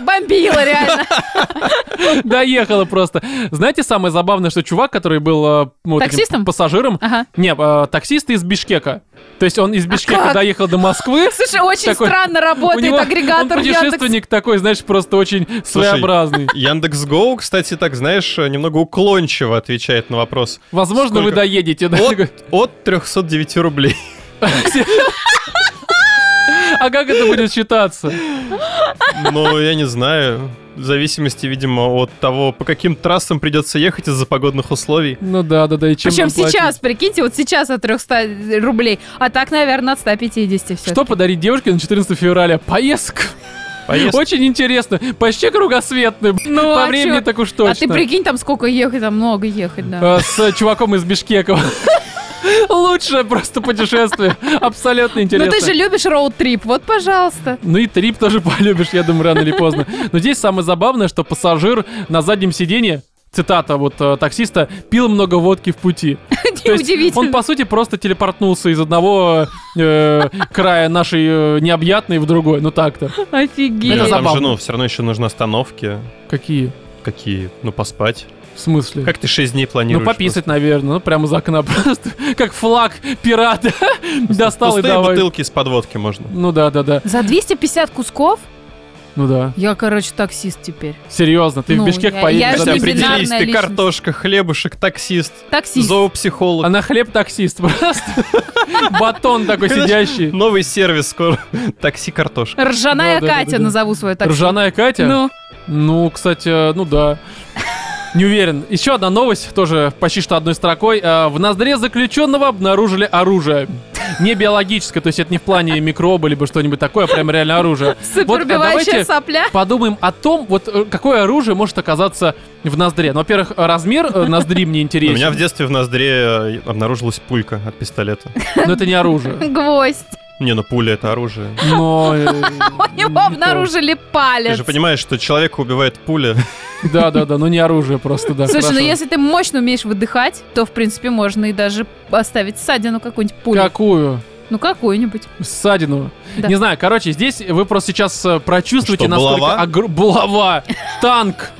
Speaker 3: бомбила реально.
Speaker 1: Доехала просто. Знаете, самое забавное, что чувак, который был э, вот этим
Speaker 3: Таксистом?
Speaker 1: пассажиром,
Speaker 3: Ага.
Speaker 1: Не, э, таксист из Бишкека. То есть он из Бишкека
Speaker 3: А как?
Speaker 1: доехал до Москвы.
Speaker 3: Слушай, очень
Speaker 1: Такой-
Speaker 3: странно
Speaker 1: У
Speaker 3: работает
Speaker 1: него он
Speaker 3: агрегатор Яндекс.
Speaker 1: путешественник такой, знаешь, просто очень своеобразный.
Speaker 2: Яндекс.Гоу, кстати, так, знаешь, немного уклончиво отвечает на вопрос.
Speaker 1: Возможно, вы
Speaker 2: Сколько?
Speaker 1: доедете. да?
Speaker 2: От,
Speaker 1: Такой,
Speaker 2: от 309 рублей.
Speaker 1: А как это будет считаться?
Speaker 2: Но Ну, я не знаю. В зависимости, видимо, от того, по каким трассам придется ехать из-за погодных условий.
Speaker 1: Ну да, да, да. И чем
Speaker 3: Причем
Speaker 1: нам платить?
Speaker 3: сейчас, прикиньте, вот сейчас от 300 рублей, а так, наверное, от 150 все.
Speaker 1: Что подарить девушке на 14 февраля? Поездка.
Speaker 2: Поездка.
Speaker 1: Очень интересно. Почти кругосветный.
Speaker 3: Ну,
Speaker 1: По
Speaker 3: а
Speaker 1: времени
Speaker 3: чё?
Speaker 1: так уж точно.
Speaker 3: А ты прикинь, там сколько ехать, там много ехать, да.
Speaker 1: Э, С чуваком из Бишкека. Лучшее просто путешествие. Абсолютно
Speaker 3: Ну
Speaker 1: интересно.
Speaker 3: ты же любишь роуд-трип, вот, пожалуйста.
Speaker 1: Ну и трип тоже полюбишь, я думаю, рано или поздно. Но здесь самое забавное, что пассажир на заднем сиденье, цитата вот э, таксиста, пил много водки в пути. То есть Он,
Speaker 3: Неудивительно.
Speaker 1: по сути, просто телепортнулся из одного э, края нашей э, необъятной в другой. Ну так-то.
Speaker 3: Офигеть.
Speaker 1: Это
Speaker 2: Блин, там
Speaker 1: забавно.
Speaker 2: же, ну, все равно еще нужны остановки.
Speaker 1: Какие?
Speaker 2: Какие? Ну, поспать.
Speaker 1: В смысле?
Speaker 2: Как ты 6 дней
Speaker 1: ну,
Speaker 2: планируешь?
Speaker 1: пописать, наверное, ну, прямо за окна просто. Как флаг пирата.
Speaker 2: просто?
Speaker 1: Достал и
Speaker 2: Пустые
Speaker 1: давай.
Speaker 2: бутылки из подводки можно.
Speaker 1: Ну да, да, да.
Speaker 3: За 250 кусков?
Speaker 1: Ну да.
Speaker 3: Я, короче, таксист теперь.
Speaker 1: Серьезно, ты
Speaker 3: Ну,
Speaker 1: в Бишкек
Speaker 3: я-
Speaker 1: поедешь
Speaker 3: я
Speaker 1: за
Speaker 2: Ты
Speaker 3: же
Speaker 1: две
Speaker 3: не
Speaker 1: тысячи.
Speaker 3: бинарная
Speaker 2: определись, ты
Speaker 3: личность.
Speaker 2: картошка, хлебушек, таксист,
Speaker 3: Таксист.
Speaker 2: зоопсихолог.
Speaker 1: Она хлеб таксист просто. Батон такой
Speaker 3: Ну,
Speaker 1: сидящий.
Speaker 2: Новый сервис скоро. Такси-картошка.
Speaker 3: Ржаная
Speaker 1: Да, да, да,
Speaker 3: Катя
Speaker 1: да, да.
Speaker 3: назову свою такси.
Speaker 1: Ржаная Катя?
Speaker 3: Ну,
Speaker 1: Ну, кстати, э, ну да. Не уверен. Еще одна новость, тоже почти что одной строкой. Э, В ноздре заключенного обнаружили оружие. Не биологическое, то есть это не в плане микроба, либо что-нибудь такое, а прям реально оружие. Вот, э,
Speaker 3: супербивающая
Speaker 1: давайте
Speaker 3: сопля.
Speaker 1: подумаем о том, вот э, какое оружие может оказаться в ноздре. Ну, Во-первых, э, размер э, ноздри мне
Speaker 2: У меня
Speaker 1: интересен,
Speaker 2: в детстве в ноздре э, обнаружилась пулька от пистолета.
Speaker 1: но это не оружие.
Speaker 3: Гвоздь.
Speaker 2: Не, ну пуля это оружие.
Speaker 1: Но... э,
Speaker 3: У него
Speaker 1: не то.
Speaker 3: обнаружили
Speaker 2: Ты
Speaker 3: палец.
Speaker 2: же понимаешь, что человека убивает пуля.
Speaker 1: Да-да-да, но не оружие просто, да.
Speaker 3: Слушай, ну
Speaker 1: хорошо.
Speaker 3: если ты мощно умеешь выдыхать, то, в принципе, можно и даже оставить ссадину какую-нибудь пулю.
Speaker 1: Какую?
Speaker 3: Ну, какую-нибудь.
Speaker 1: Ссадину.
Speaker 3: Да.
Speaker 1: Не знаю, короче, здесь вы просто сейчас э, прочувствуете,
Speaker 2: Что,
Speaker 1: насколько...
Speaker 2: булава?
Speaker 1: огр- Булава! Танк!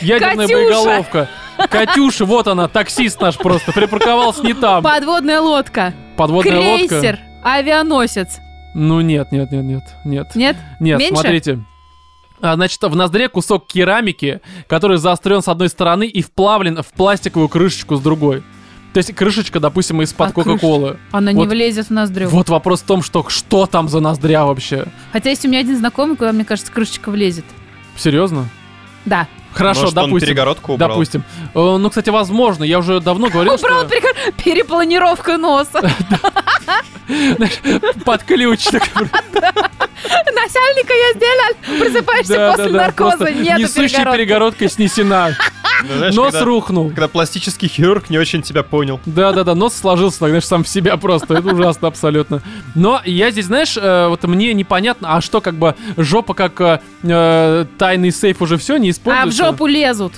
Speaker 1: Ядерная
Speaker 3: Катюша!
Speaker 1: боеголовка! Катюша, вот она, таксист наш просто, припарковался не там.
Speaker 3: Подводная лодка.
Speaker 1: Подводная лодка.
Speaker 3: крейсер. Авианосец.
Speaker 1: Ну нет, нет, нет, нет, нет.
Speaker 3: Нет?
Speaker 1: Нет,
Speaker 3: Меньше?
Speaker 1: смотрите. А, Значит, в ноздре кусок керамики, который заострен с одной стороны и вплавлен в пластиковую крышечку с другой. То есть крышечка, допустим, из-под
Speaker 3: А крыш-
Speaker 1: Кока-Колы.
Speaker 3: Она не
Speaker 1: Вот.
Speaker 3: влезет в ноздрю.
Speaker 1: Вот вопрос в том, что что там за ноздря вообще?
Speaker 3: Хотя есть у меня один знакомый, куда, мне кажется, крышечка влезет.
Speaker 1: Серьезно?
Speaker 3: Да.
Speaker 1: Хорошо,
Speaker 2: Может, он
Speaker 1: допустим.
Speaker 2: перегородку убрал.
Speaker 1: Допустим. Э, Ну, кстати, возможно, я уже давно говорил,
Speaker 3: Убрал
Speaker 1: что
Speaker 3: прикор- перепланировка носа.
Speaker 1: под ключ. так,
Speaker 3: Начальника я сделал. Просыпаешься
Speaker 1: да,
Speaker 3: после
Speaker 1: да, да,
Speaker 3: наркоза.
Speaker 1: просто
Speaker 3: Нету
Speaker 1: Несущая
Speaker 3: перегородки.
Speaker 1: перегородка снесена.
Speaker 2: Ну, знаешь,
Speaker 1: Нос
Speaker 2: когда-
Speaker 1: рухнул.
Speaker 2: Когда пластический хирург не очень тебя понял.
Speaker 1: Да-да-да, нос сложился, так, знаешь, сам в себя просто. Это ужасно абсолютно. Но я здесь, знаешь, э, вот мне непонятно, а что, как бы, жопа как э, э, тайный сейф уже все не
Speaker 3: А в
Speaker 1: используется?
Speaker 3: жопу лезут.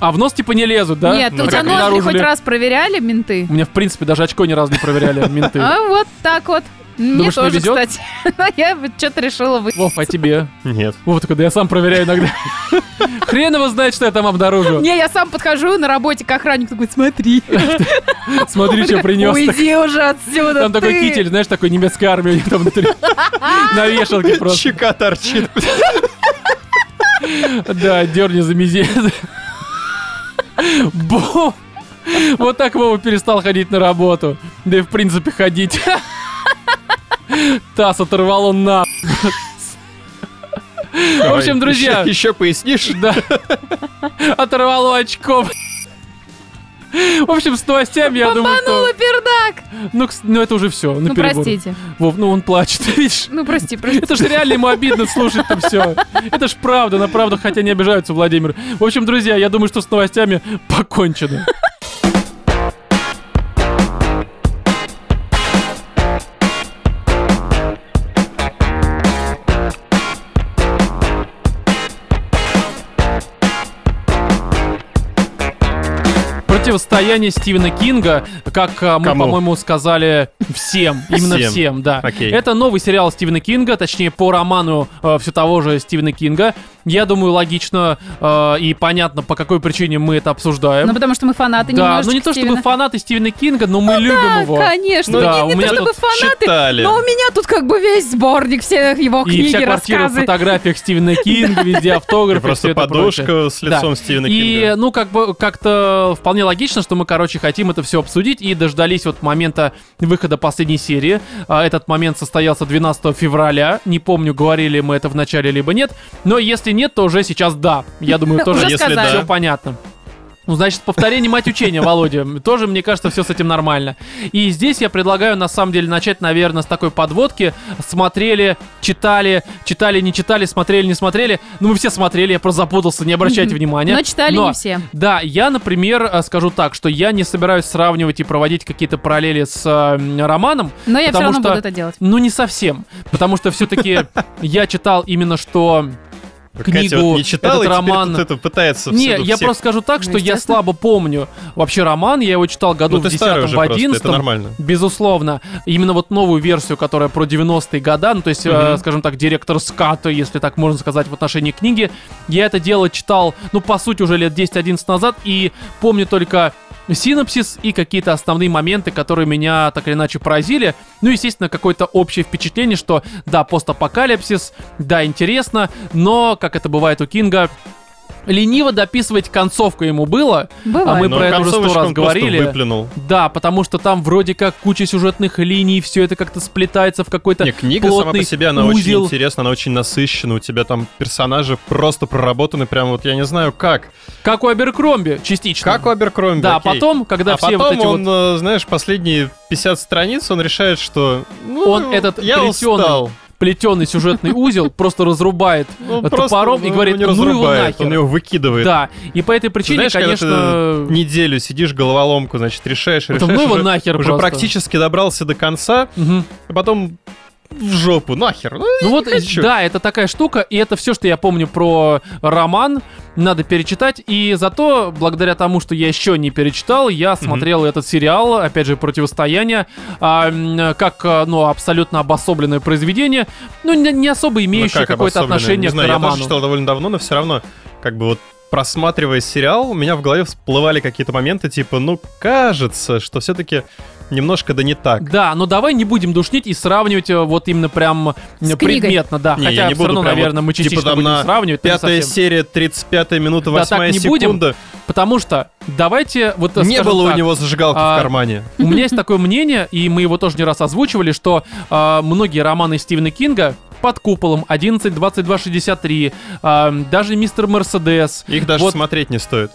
Speaker 1: А в нос, типа, не лезут, да?
Speaker 3: Нет,
Speaker 2: Ну,
Speaker 3: у тебя
Speaker 2: как
Speaker 3: ноздри
Speaker 1: обнаружили?
Speaker 3: хоть раз проверяли менты?
Speaker 1: У меня, в принципе, даже очко ни разу не проверяли менты.
Speaker 3: А вот так вот. Мне
Speaker 1: Думаешь, не
Speaker 3: тоже,
Speaker 1: везет?
Speaker 3: кстати. Но я что-то решила вы.
Speaker 1: Вов, а тебе?
Speaker 2: Нет.
Speaker 1: Вов такой, да я сам проверяю иногда. Хрен его знает, что я там обнаружу.
Speaker 3: Не, я сам подхожу на работе к охраннику, такой, смотри.
Speaker 1: Смотри, что принес.
Speaker 3: Уйди уже отсюда,
Speaker 1: Там такой
Speaker 3: ты.
Speaker 1: китель, знаешь, такой немецкой армии у них там внутри. На вешалке просто.
Speaker 2: Щека торчит.
Speaker 1: Да, дерни за мизинец. Бо! Вот так Вова перестал ходить на работу. Да и в принципе ходить. Таз оторвал он на. В общем, друзья.
Speaker 2: Еще, пояснишь?
Speaker 1: Да. Оторвало очко. В общем, с новостями, я думаю, что...
Speaker 3: Панула пердак.
Speaker 1: Ну, кс- ну, это уже все.
Speaker 3: Ну, простите.
Speaker 1: Вов, ну он плачет, видишь?
Speaker 3: Ну, прости, прости.
Speaker 1: Это же реально ему обидно слушать там все. Это ж правда, на правду, хотя не обижаются, Владимир. В общем, друзья, я думаю, что с новостями покончено. Противостояние Стивена Кинга, как а, мы,
Speaker 2: Кому?
Speaker 1: по-моему, сказали всем, именно
Speaker 2: Всем.
Speaker 1: всем, да.
Speaker 2: Окей.
Speaker 1: Это новый сериал Стивена Кинга, точнее по роману все того же Стивена Кинга. Я думаю, логично э, и понятно, по какой причине мы это обсуждаем.
Speaker 3: Ну, потому что мы фанаты
Speaker 1: да,
Speaker 3: немножечко
Speaker 1: ну не то чтобы
Speaker 3: Стивена. Ну
Speaker 1: фанаты Стивена Кинга, но мы любим его.
Speaker 3: Конечно,
Speaker 1: Ну,
Speaker 3: Ну,
Speaker 1: да,
Speaker 3: не-
Speaker 1: у
Speaker 3: не,
Speaker 1: меня
Speaker 3: то чтобы
Speaker 1: тут
Speaker 3: фанаты,
Speaker 2: читали.
Speaker 3: но у меня тут как бы весь сборник всех его
Speaker 1: И
Speaker 3: книги,
Speaker 1: вся квартира в
Speaker 3: рассказы.
Speaker 1: фотографиях Стивена Кинга, везде
Speaker 2: И
Speaker 1: автографы. всё
Speaker 2: просто
Speaker 1: это прочее.
Speaker 2: подушка с лицом
Speaker 1: Да.
Speaker 2: Стивена
Speaker 1: И,
Speaker 2: Кинга.
Speaker 1: ну, как бы, как-то вполне логично, что мы, короче, хотим это все обсудить и дождались вот момента выхода последней серии. А, Этот момент состоялся 12 февраля. Не помню, говорили мы это в начале либо нет. Но если нет, то уже сейчас да. Я думаю, тоже
Speaker 3: Уже
Speaker 2: если
Speaker 3: сказали.
Speaker 2: да.
Speaker 1: все понятно. Ну, значит, повторение мать учения, Володя. Тоже, мне кажется, все с этим нормально. И здесь я предлагаю, на самом деле, начать, наверное, с такой подводки. Смотрели, читали, читали, не читали, смотрели, не смотрели. Ну, мы все смотрели, я просто запутался, не обращайте внимания.
Speaker 3: Но читали
Speaker 1: Но
Speaker 3: не все.
Speaker 1: да, я, например, э, скажу так, что я не собираюсь сравнивать и проводить какие-то параллели с э, м, романом.
Speaker 3: Но я все
Speaker 1: потому
Speaker 3: равно
Speaker 1: что-
Speaker 3: буду это делать.
Speaker 1: Ну, не совсем. Потому что все-таки я читал именно что...
Speaker 2: Катя вот
Speaker 1: книгу,
Speaker 2: не читала,
Speaker 1: этот
Speaker 2: и теперь
Speaker 1: роман.
Speaker 2: тут это пытается
Speaker 1: Не,
Speaker 2: всюду
Speaker 1: я
Speaker 2: всех.
Speaker 1: просто скажу так,
Speaker 3: Ну,
Speaker 1: что я
Speaker 3: естественно.
Speaker 1: слабо помню вообще роман. Я его читал году
Speaker 2: Ну,
Speaker 1: в
Speaker 2: ты
Speaker 1: 10
Speaker 2: старый уже
Speaker 1: в
Speaker 2: просто,
Speaker 1: 11
Speaker 2: это нормально.
Speaker 1: Безусловно. Именно вот новую версию, которая про 90-е года, ну, то есть, э,
Speaker 2: Мгм.
Speaker 1: скажем так, директор ската, если так можно сказать, в отношении книги. Я это дело читал, ну, по сути, уже лет 10-11 назад, и помню только синапсис и какие-то основные моменты, которые меня так или иначе поразили. Ну, естественно, какое-то общее впечатление, что да, постапокалипсис, да, интересно, но, как это бывает у Кинга, лениво дописывать концовку ему было.
Speaker 3: Бывает.
Speaker 1: А мы
Speaker 2: Но
Speaker 1: про это уже сто
Speaker 2: концовочку
Speaker 1: раз
Speaker 2: он просто
Speaker 1: говорили.
Speaker 2: выплюнул.
Speaker 1: Да, потому что там вроде как куча сюжетных линий, все это как-то сплетается в какой-то
Speaker 2: Не, книга сама
Speaker 1: плотный
Speaker 2: по себе, она
Speaker 1: узел.
Speaker 2: очень интересна, она очень насыщена. У тебя там персонажи просто проработаны, прям вот я не знаю как.
Speaker 1: Как у Аберкромби, частично.
Speaker 2: Как у Аберкромби,
Speaker 1: Да,
Speaker 2: окей.
Speaker 1: потом, когда
Speaker 2: а
Speaker 1: все
Speaker 2: потом
Speaker 1: вот эти
Speaker 2: он,
Speaker 1: вот...
Speaker 2: э, знаешь, последние 50 страниц он решает, что ну,
Speaker 1: Он этот
Speaker 2: я
Speaker 1: плетёный
Speaker 2: устал.
Speaker 1: плетеный сюжетный узел просто разрубает
Speaker 2: Ну,
Speaker 1: э,
Speaker 2: просто
Speaker 1: топором и
Speaker 2: он
Speaker 1: говорит,
Speaker 2: не
Speaker 1: ну его
Speaker 2: разрубает, Он
Speaker 1: нахер.
Speaker 2: его выкидывает.
Speaker 1: Да, и по этой причине,
Speaker 2: Знаешь, когда ты
Speaker 1: конечно...
Speaker 2: неделю сидишь, головоломку, значит, решаешь,
Speaker 1: Вот
Speaker 2: решаешь.
Speaker 1: он, ну его
Speaker 2: уже,
Speaker 1: нахер
Speaker 2: уже
Speaker 1: просто.
Speaker 2: практически добрался до конца,
Speaker 1: мгм.
Speaker 2: а потом в жопу, нахер. Ну,
Speaker 1: Ну вот,
Speaker 2: хочу.
Speaker 1: да, это такая штука, и это все, что я помню про роман, надо перечитать, и зато, благодаря тому, что я еще не перечитал, я смотрел этот сериал, опять же, «Противостояние», а, м, как, а, ну, абсолютно обособленное произведение, ну, не, не особо
Speaker 2: Ну,
Speaker 1: имеющее
Speaker 2: как
Speaker 1: какое-то
Speaker 2: обособленно?
Speaker 1: отношение
Speaker 2: Не
Speaker 1: к
Speaker 2: знаю, Я
Speaker 1: роману.
Speaker 2: тоже читал довольно давно, но все равно, как бы вот просматривая сериал, у меня в голове всплывали какие-то моменты, типа, ну, кажется, что все-таки немножко да не так.
Speaker 1: Да, но давай не будем душнить и сравнивать э, вот именно прям м,
Speaker 3: С книгой.
Speaker 1: предметно, да.
Speaker 2: Не,
Speaker 1: Хотя
Speaker 2: я не
Speaker 1: все
Speaker 2: буду
Speaker 1: равно,
Speaker 2: прям вот,
Speaker 1: наверное, мы
Speaker 2: типа,
Speaker 1: частично
Speaker 2: там
Speaker 1: будем
Speaker 2: на
Speaker 1: сравнивать. но не
Speaker 2: Пятая
Speaker 1: совсем.
Speaker 2: серия, 35 минута,
Speaker 1: Да, так
Speaker 2: 8
Speaker 1: не будем.
Speaker 2: секунда.
Speaker 1: Потому что, давайте, вот э,
Speaker 2: Не
Speaker 1: скажем
Speaker 2: было
Speaker 1: так,
Speaker 2: у него зажигалки
Speaker 1: а,
Speaker 2: в кармане.
Speaker 1: У меня есть такое мнение, и мы его тоже не раз озвучивали, что э, многие романы Стивена Кинга под куполом 11, 22, 63, э, даже мистер Мерседес,
Speaker 2: Их даже
Speaker 1: вот-
Speaker 2: смотреть не стоит.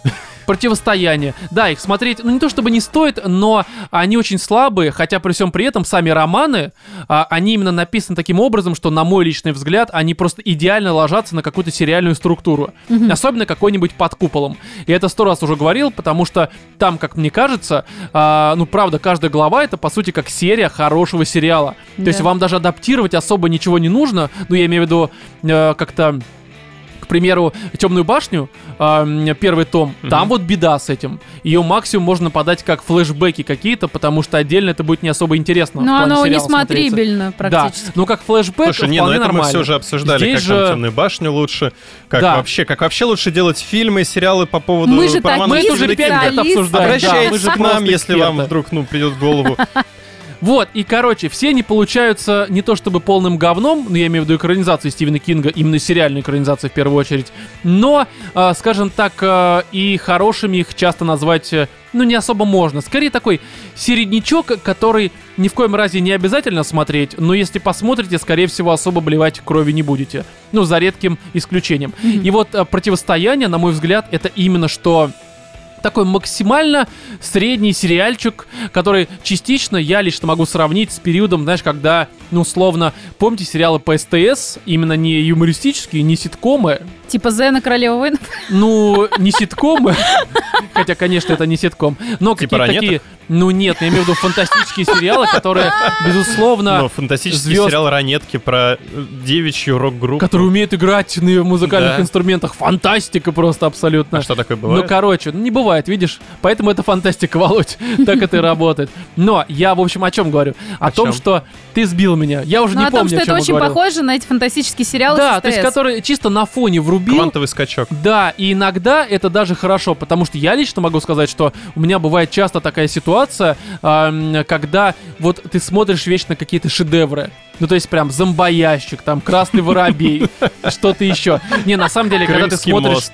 Speaker 1: противостояние. Да, их смотреть, ну не то чтобы не стоит, но они очень слабые, хотя при всем при этом сами романы, а, они именно написаны таким образом, что, на мой личный взгляд, они просто идеально ложатся на какую-то сериальную структуру. Особенно какой-нибудь под куполом. Я это сто раз уже говорил, потому что там, как мне кажется, а, ну правда, каждая глава это по сути как серия хорошего сериала. То есть
Speaker 3: Да.
Speaker 1: вам даже адаптировать особо ничего не нужно, ну я имею в виду э, как-то к примеру, Темную башню, а, м, первый том, там вот беда с этим. Ее максимум можно подать как флешбеки какие-то, потому что отдельно это будет не особо интересно. в
Speaker 3: Но
Speaker 1: плане
Speaker 3: Ну, оно
Speaker 1: сериала
Speaker 3: несмотрибельно
Speaker 1: смотреться.
Speaker 3: практически.
Speaker 1: Да, но как флешбэк
Speaker 2: Слушай, не, ну
Speaker 1: вполне
Speaker 2: это
Speaker 1: нормально.
Speaker 2: мы все уже обсуждали,
Speaker 1: Здесь
Speaker 2: как
Speaker 1: же-
Speaker 2: там темную башню лучше, как
Speaker 1: Да.
Speaker 2: вообще, как вообще лучше делать фильмы и сериалы по поводу
Speaker 3: Мы же
Speaker 2: по роману
Speaker 1: Мы это
Speaker 3: такие
Speaker 1: уже
Speaker 2: Стивена
Speaker 1: пять
Speaker 2: Кинга.
Speaker 1: лет
Speaker 3: специалисты.
Speaker 1: обсуждаем. да, мы
Speaker 2: Обращайтесь
Speaker 1: же
Speaker 2: к нам,
Speaker 1: просто
Speaker 2: если вам
Speaker 1: эксперты.
Speaker 2: вдруг, ну, придет в голову.
Speaker 1: Вот, и, короче, все они получаются не то чтобы полным говном, но я имею в виду экранизации Стивена Кинга, именно сериальной экранизации в первую очередь, но, э, скажем так, э, и хорошими их часто назвать, э, ну, не особо можно. Скорее такой середнячок, который ни в коем разе не обязательно смотреть, но если посмотрите, скорее всего, особо блевать крови не будете. Ну, за редким исключением. И вот э, противостояние, на мой взгляд, это именно что такой максимально средний сериальчик, который частично я лично могу сравнить с периодом, знаешь, когда, ну, условно, помните сериалы по СТС, именно не юмористические, не ситкомы,
Speaker 3: Типа Зена Королева войн.
Speaker 1: ну, не ситкомы, хотя, конечно, это не ситком, но
Speaker 2: Типа
Speaker 1: какие-то такие, ну, нет, я имею в виду фантастические сериалы, которые,
Speaker 2: Но
Speaker 1: безусловно,
Speaker 2: ну, фантастический
Speaker 1: звезд.
Speaker 2: сериал «Ранетки» про э, девичью рок-группу.
Speaker 1: которые умеют играть на музыкальных
Speaker 2: Да.
Speaker 1: инструментах, фантастика просто абсолютно.
Speaker 2: А что такое
Speaker 1: Ну,
Speaker 2: бывает?
Speaker 1: короче, ну не бывает, видишь? Поэтому это фантастика, Володь. Так это и работает. Но я, в общем, о чем говорю? О,
Speaker 2: О
Speaker 1: том,
Speaker 2: чём?
Speaker 1: что ты сбил меня. Я уже
Speaker 3: Ну,
Speaker 1: не
Speaker 3: о том,
Speaker 1: помню, о
Speaker 3: что это
Speaker 1: чем я
Speaker 3: очень
Speaker 1: говорил.
Speaker 3: похоже на эти фантастические сериалы
Speaker 1: Да,
Speaker 3: с
Speaker 1: то есть,
Speaker 3: СТС.
Speaker 1: который чисто на фоне врубил.
Speaker 2: Квантовый скачок.
Speaker 1: Да, и иногда это даже хорошо, потому что я лично могу сказать, что у меня бывает часто такая ситуация, эм, когда вот ты смотришь вечно какие-то шедевры. Ну, то есть прям зомбоящик, там, красный воробей, что-то еще. Не, на самом деле, когда ты
Speaker 2: Крымский
Speaker 1: смотришь
Speaker 2: мост.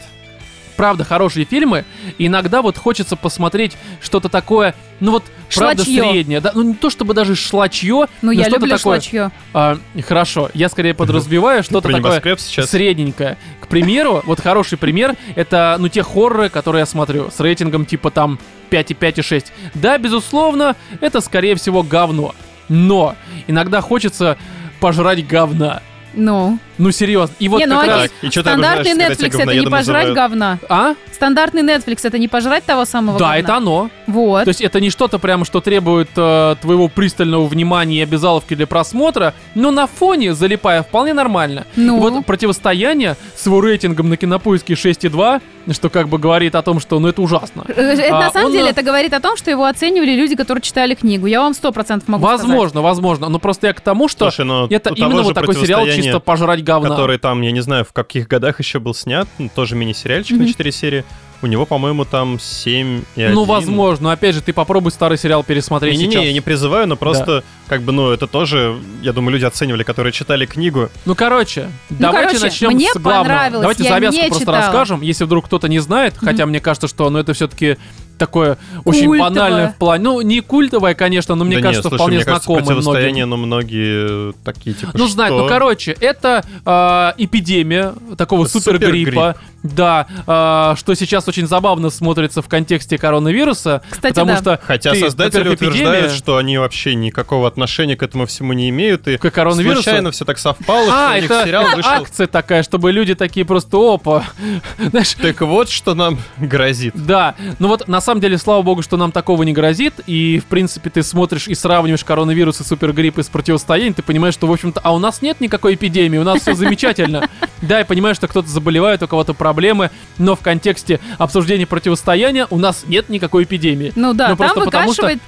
Speaker 1: правда хорошие фильмы, и иногда вот хочется посмотреть что-то такое, ну вот правда
Speaker 3: Шлачье.
Speaker 1: среднее, да, ну не то чтобы даже шлачье,
Speaker 3: Ну, я
Speaker 1: что-то
Speaker 3: люблю
Speaker 1: такое.
Speaker 3: шлачье.
Speaker 1: А, хорошо, я скорее подразумеваю что-то
Speaker 2: Про
Speaker 1: такое
Speaker 2: небоскреб сейчас.
Speaker 1: средненькое. К примеру, вот хороший пример, это, ну, те хорроры, которые я смотрю, с рейтингом типа там 5,5 и 6. Да, безусловно, это, скорее всего, говно. Но иногда хочется пожрать говна.
Speaker 3: Ну.
Speaker 1: Ну, серьезно. И вот
Speaker 3: не, ну
Speaker 1: как раз...
Speaker 3: окей.
Speaker 2: Так, и чё ты
Speaker 3: Стандартный
Speaker 2: обижаешься, когда тебя
Speaker 3: Netflix это не
Speaker 2: говноедом
Speaker 3: пожрать
Speaker 2: называют?
Speaker 3: говна.
Speaker 1: А?
Speaker 3: Стандартный Netflix это не пожрать того самого
Speaker 1: Да,
Speaker 3: говна.
Speaker 1: это оно.
Speaker 3: Вот.
Speaker 1: То есть это не что-то прям, что требует э, твоего пристального внимания и обязаловки для просмотра, но на фоне, залипая, вполне нормально.
Speaker 3: Ну.
Speaker 1: И Вот противостояние с его рейтингом на кинопоиске 6,2, что как бы говорит о том, что ну это ужасно.
Speaker 3: Э, это,
Speaker 1: а,
Speaker 3: на самом
Speaker 1: он,
Speaker 3: деле
Speaker 1: э,
Speaker 3: это говорит о том, что его оценивали люди, которые читали книгу. Я вам сто процентов могу сказать.
Speaker 1: возможно, возможно. Но просто я к тому, что
Speaker 2: Слушай, но
Speaker 1: это
Speaker 2: у того
Speaker 1: именно
Speaker 2: же
Speaker 1: вот такой сериал
Speaker 2: «Противостояние»,
Speaker 1: чисто пожрать говна.
Speaker 2: который там, я не знаю, в каких годах еще был снят, ну, тоже мини-сериальчик на 4 серии. У него, по-моему, там 7 и
Speaker 1: Ну,
Speaker 2: 1.
Speaker 1: возможно. Но опять же, ты попробуй старый сериал пересмотреть
Speaker 2: Не-не-не,
Speaker 1: сейчас.
Speaker 2: я не призываю, но просто, как бы, ну, это тоже, я думаю, люди оценивали, которые читали книгу.
Speaker 1: Ну, короче, давайте
Speaker 3: короче,
Speaker 1: начнем
Speaker 3: мне
Speaker 1: с главного.
Speaker 3: понравилось,
Speaker 1: давайте
Speaker 3: я
Speaker 1: завязку
Speaker 3: не
Speaker 1: просто
Speaker 3: читала.
Speaker 1: расскажем, если вдруг кто-то не знает, хотя мне кажется, что ну, это все-таки такое очень
Speaker 3: Культовое.
Speaker 1: банальное в плане. Ну, не культовое, конечно, но Ну, мне
Speaker 2: Да
Speaker 1: кажется,
Speaker 2: нет, слушай,
Speaker 1: вполне
Speaker 2: мне кажется,
Speaker 1: знакомое многим.
Speaker 2: противостояние, но многие э, такие, типа,
Speaker 1: Ну, знать,
Speaker 2: что?
Speaker 1: ну, короче, это э, эпидемия такого
Speaker 2: Супергрипп.
Speaker 1: супергриппа. Да, э, что сейчас очень забавно смотрится в контексте коронавируса.
Speaker 3: Кстати,
Speaker 1: потому
Speaker 3: да.
Speaker 1: что
Speaker 2: Хотя
Speaker 1: ты,
Speaker 2: создатели
Speaker 1: во-первых,
Speaker 2: утверждают,
Speaker 1: эпидемия-
Speaker 2: что они вообще никакого отношения к этому всему не имеют, и
Speaker 1: К коронавирусу?
Speaker 2: случайно все так совпало, что
Speaker 1: А,
Speaker 2: у них
Speaker 1: это
Speaker 2: сериал
Speaker 1: это
Speaker 2: вышел.
Speaker 1: акция такая, чтобы люди такие просто опа. Знаешь,
Speaker 2: Так вот, что нам грозит.
Speaker 1: Да, ну вот на самом деле, слава богу, что нам такого не грозит, и в принципе ты смотришь и сравниваешь коронавирус и супергрипп из противостояния, ты понимаешь, что в общем-то, а у нас нет никакой эпидемии, у нас все замечательно. Да, я понимаю, что кто-то заболевает, у кого-то проблемы, но в контексте обсуждения противостояния у нас нет никакой эпидемии.
Speaker 3: Ну да,
Speaker 1: Ну,
Speaker 3: там
Speaker 1: просто потому что-
Speaker 3: выкашивает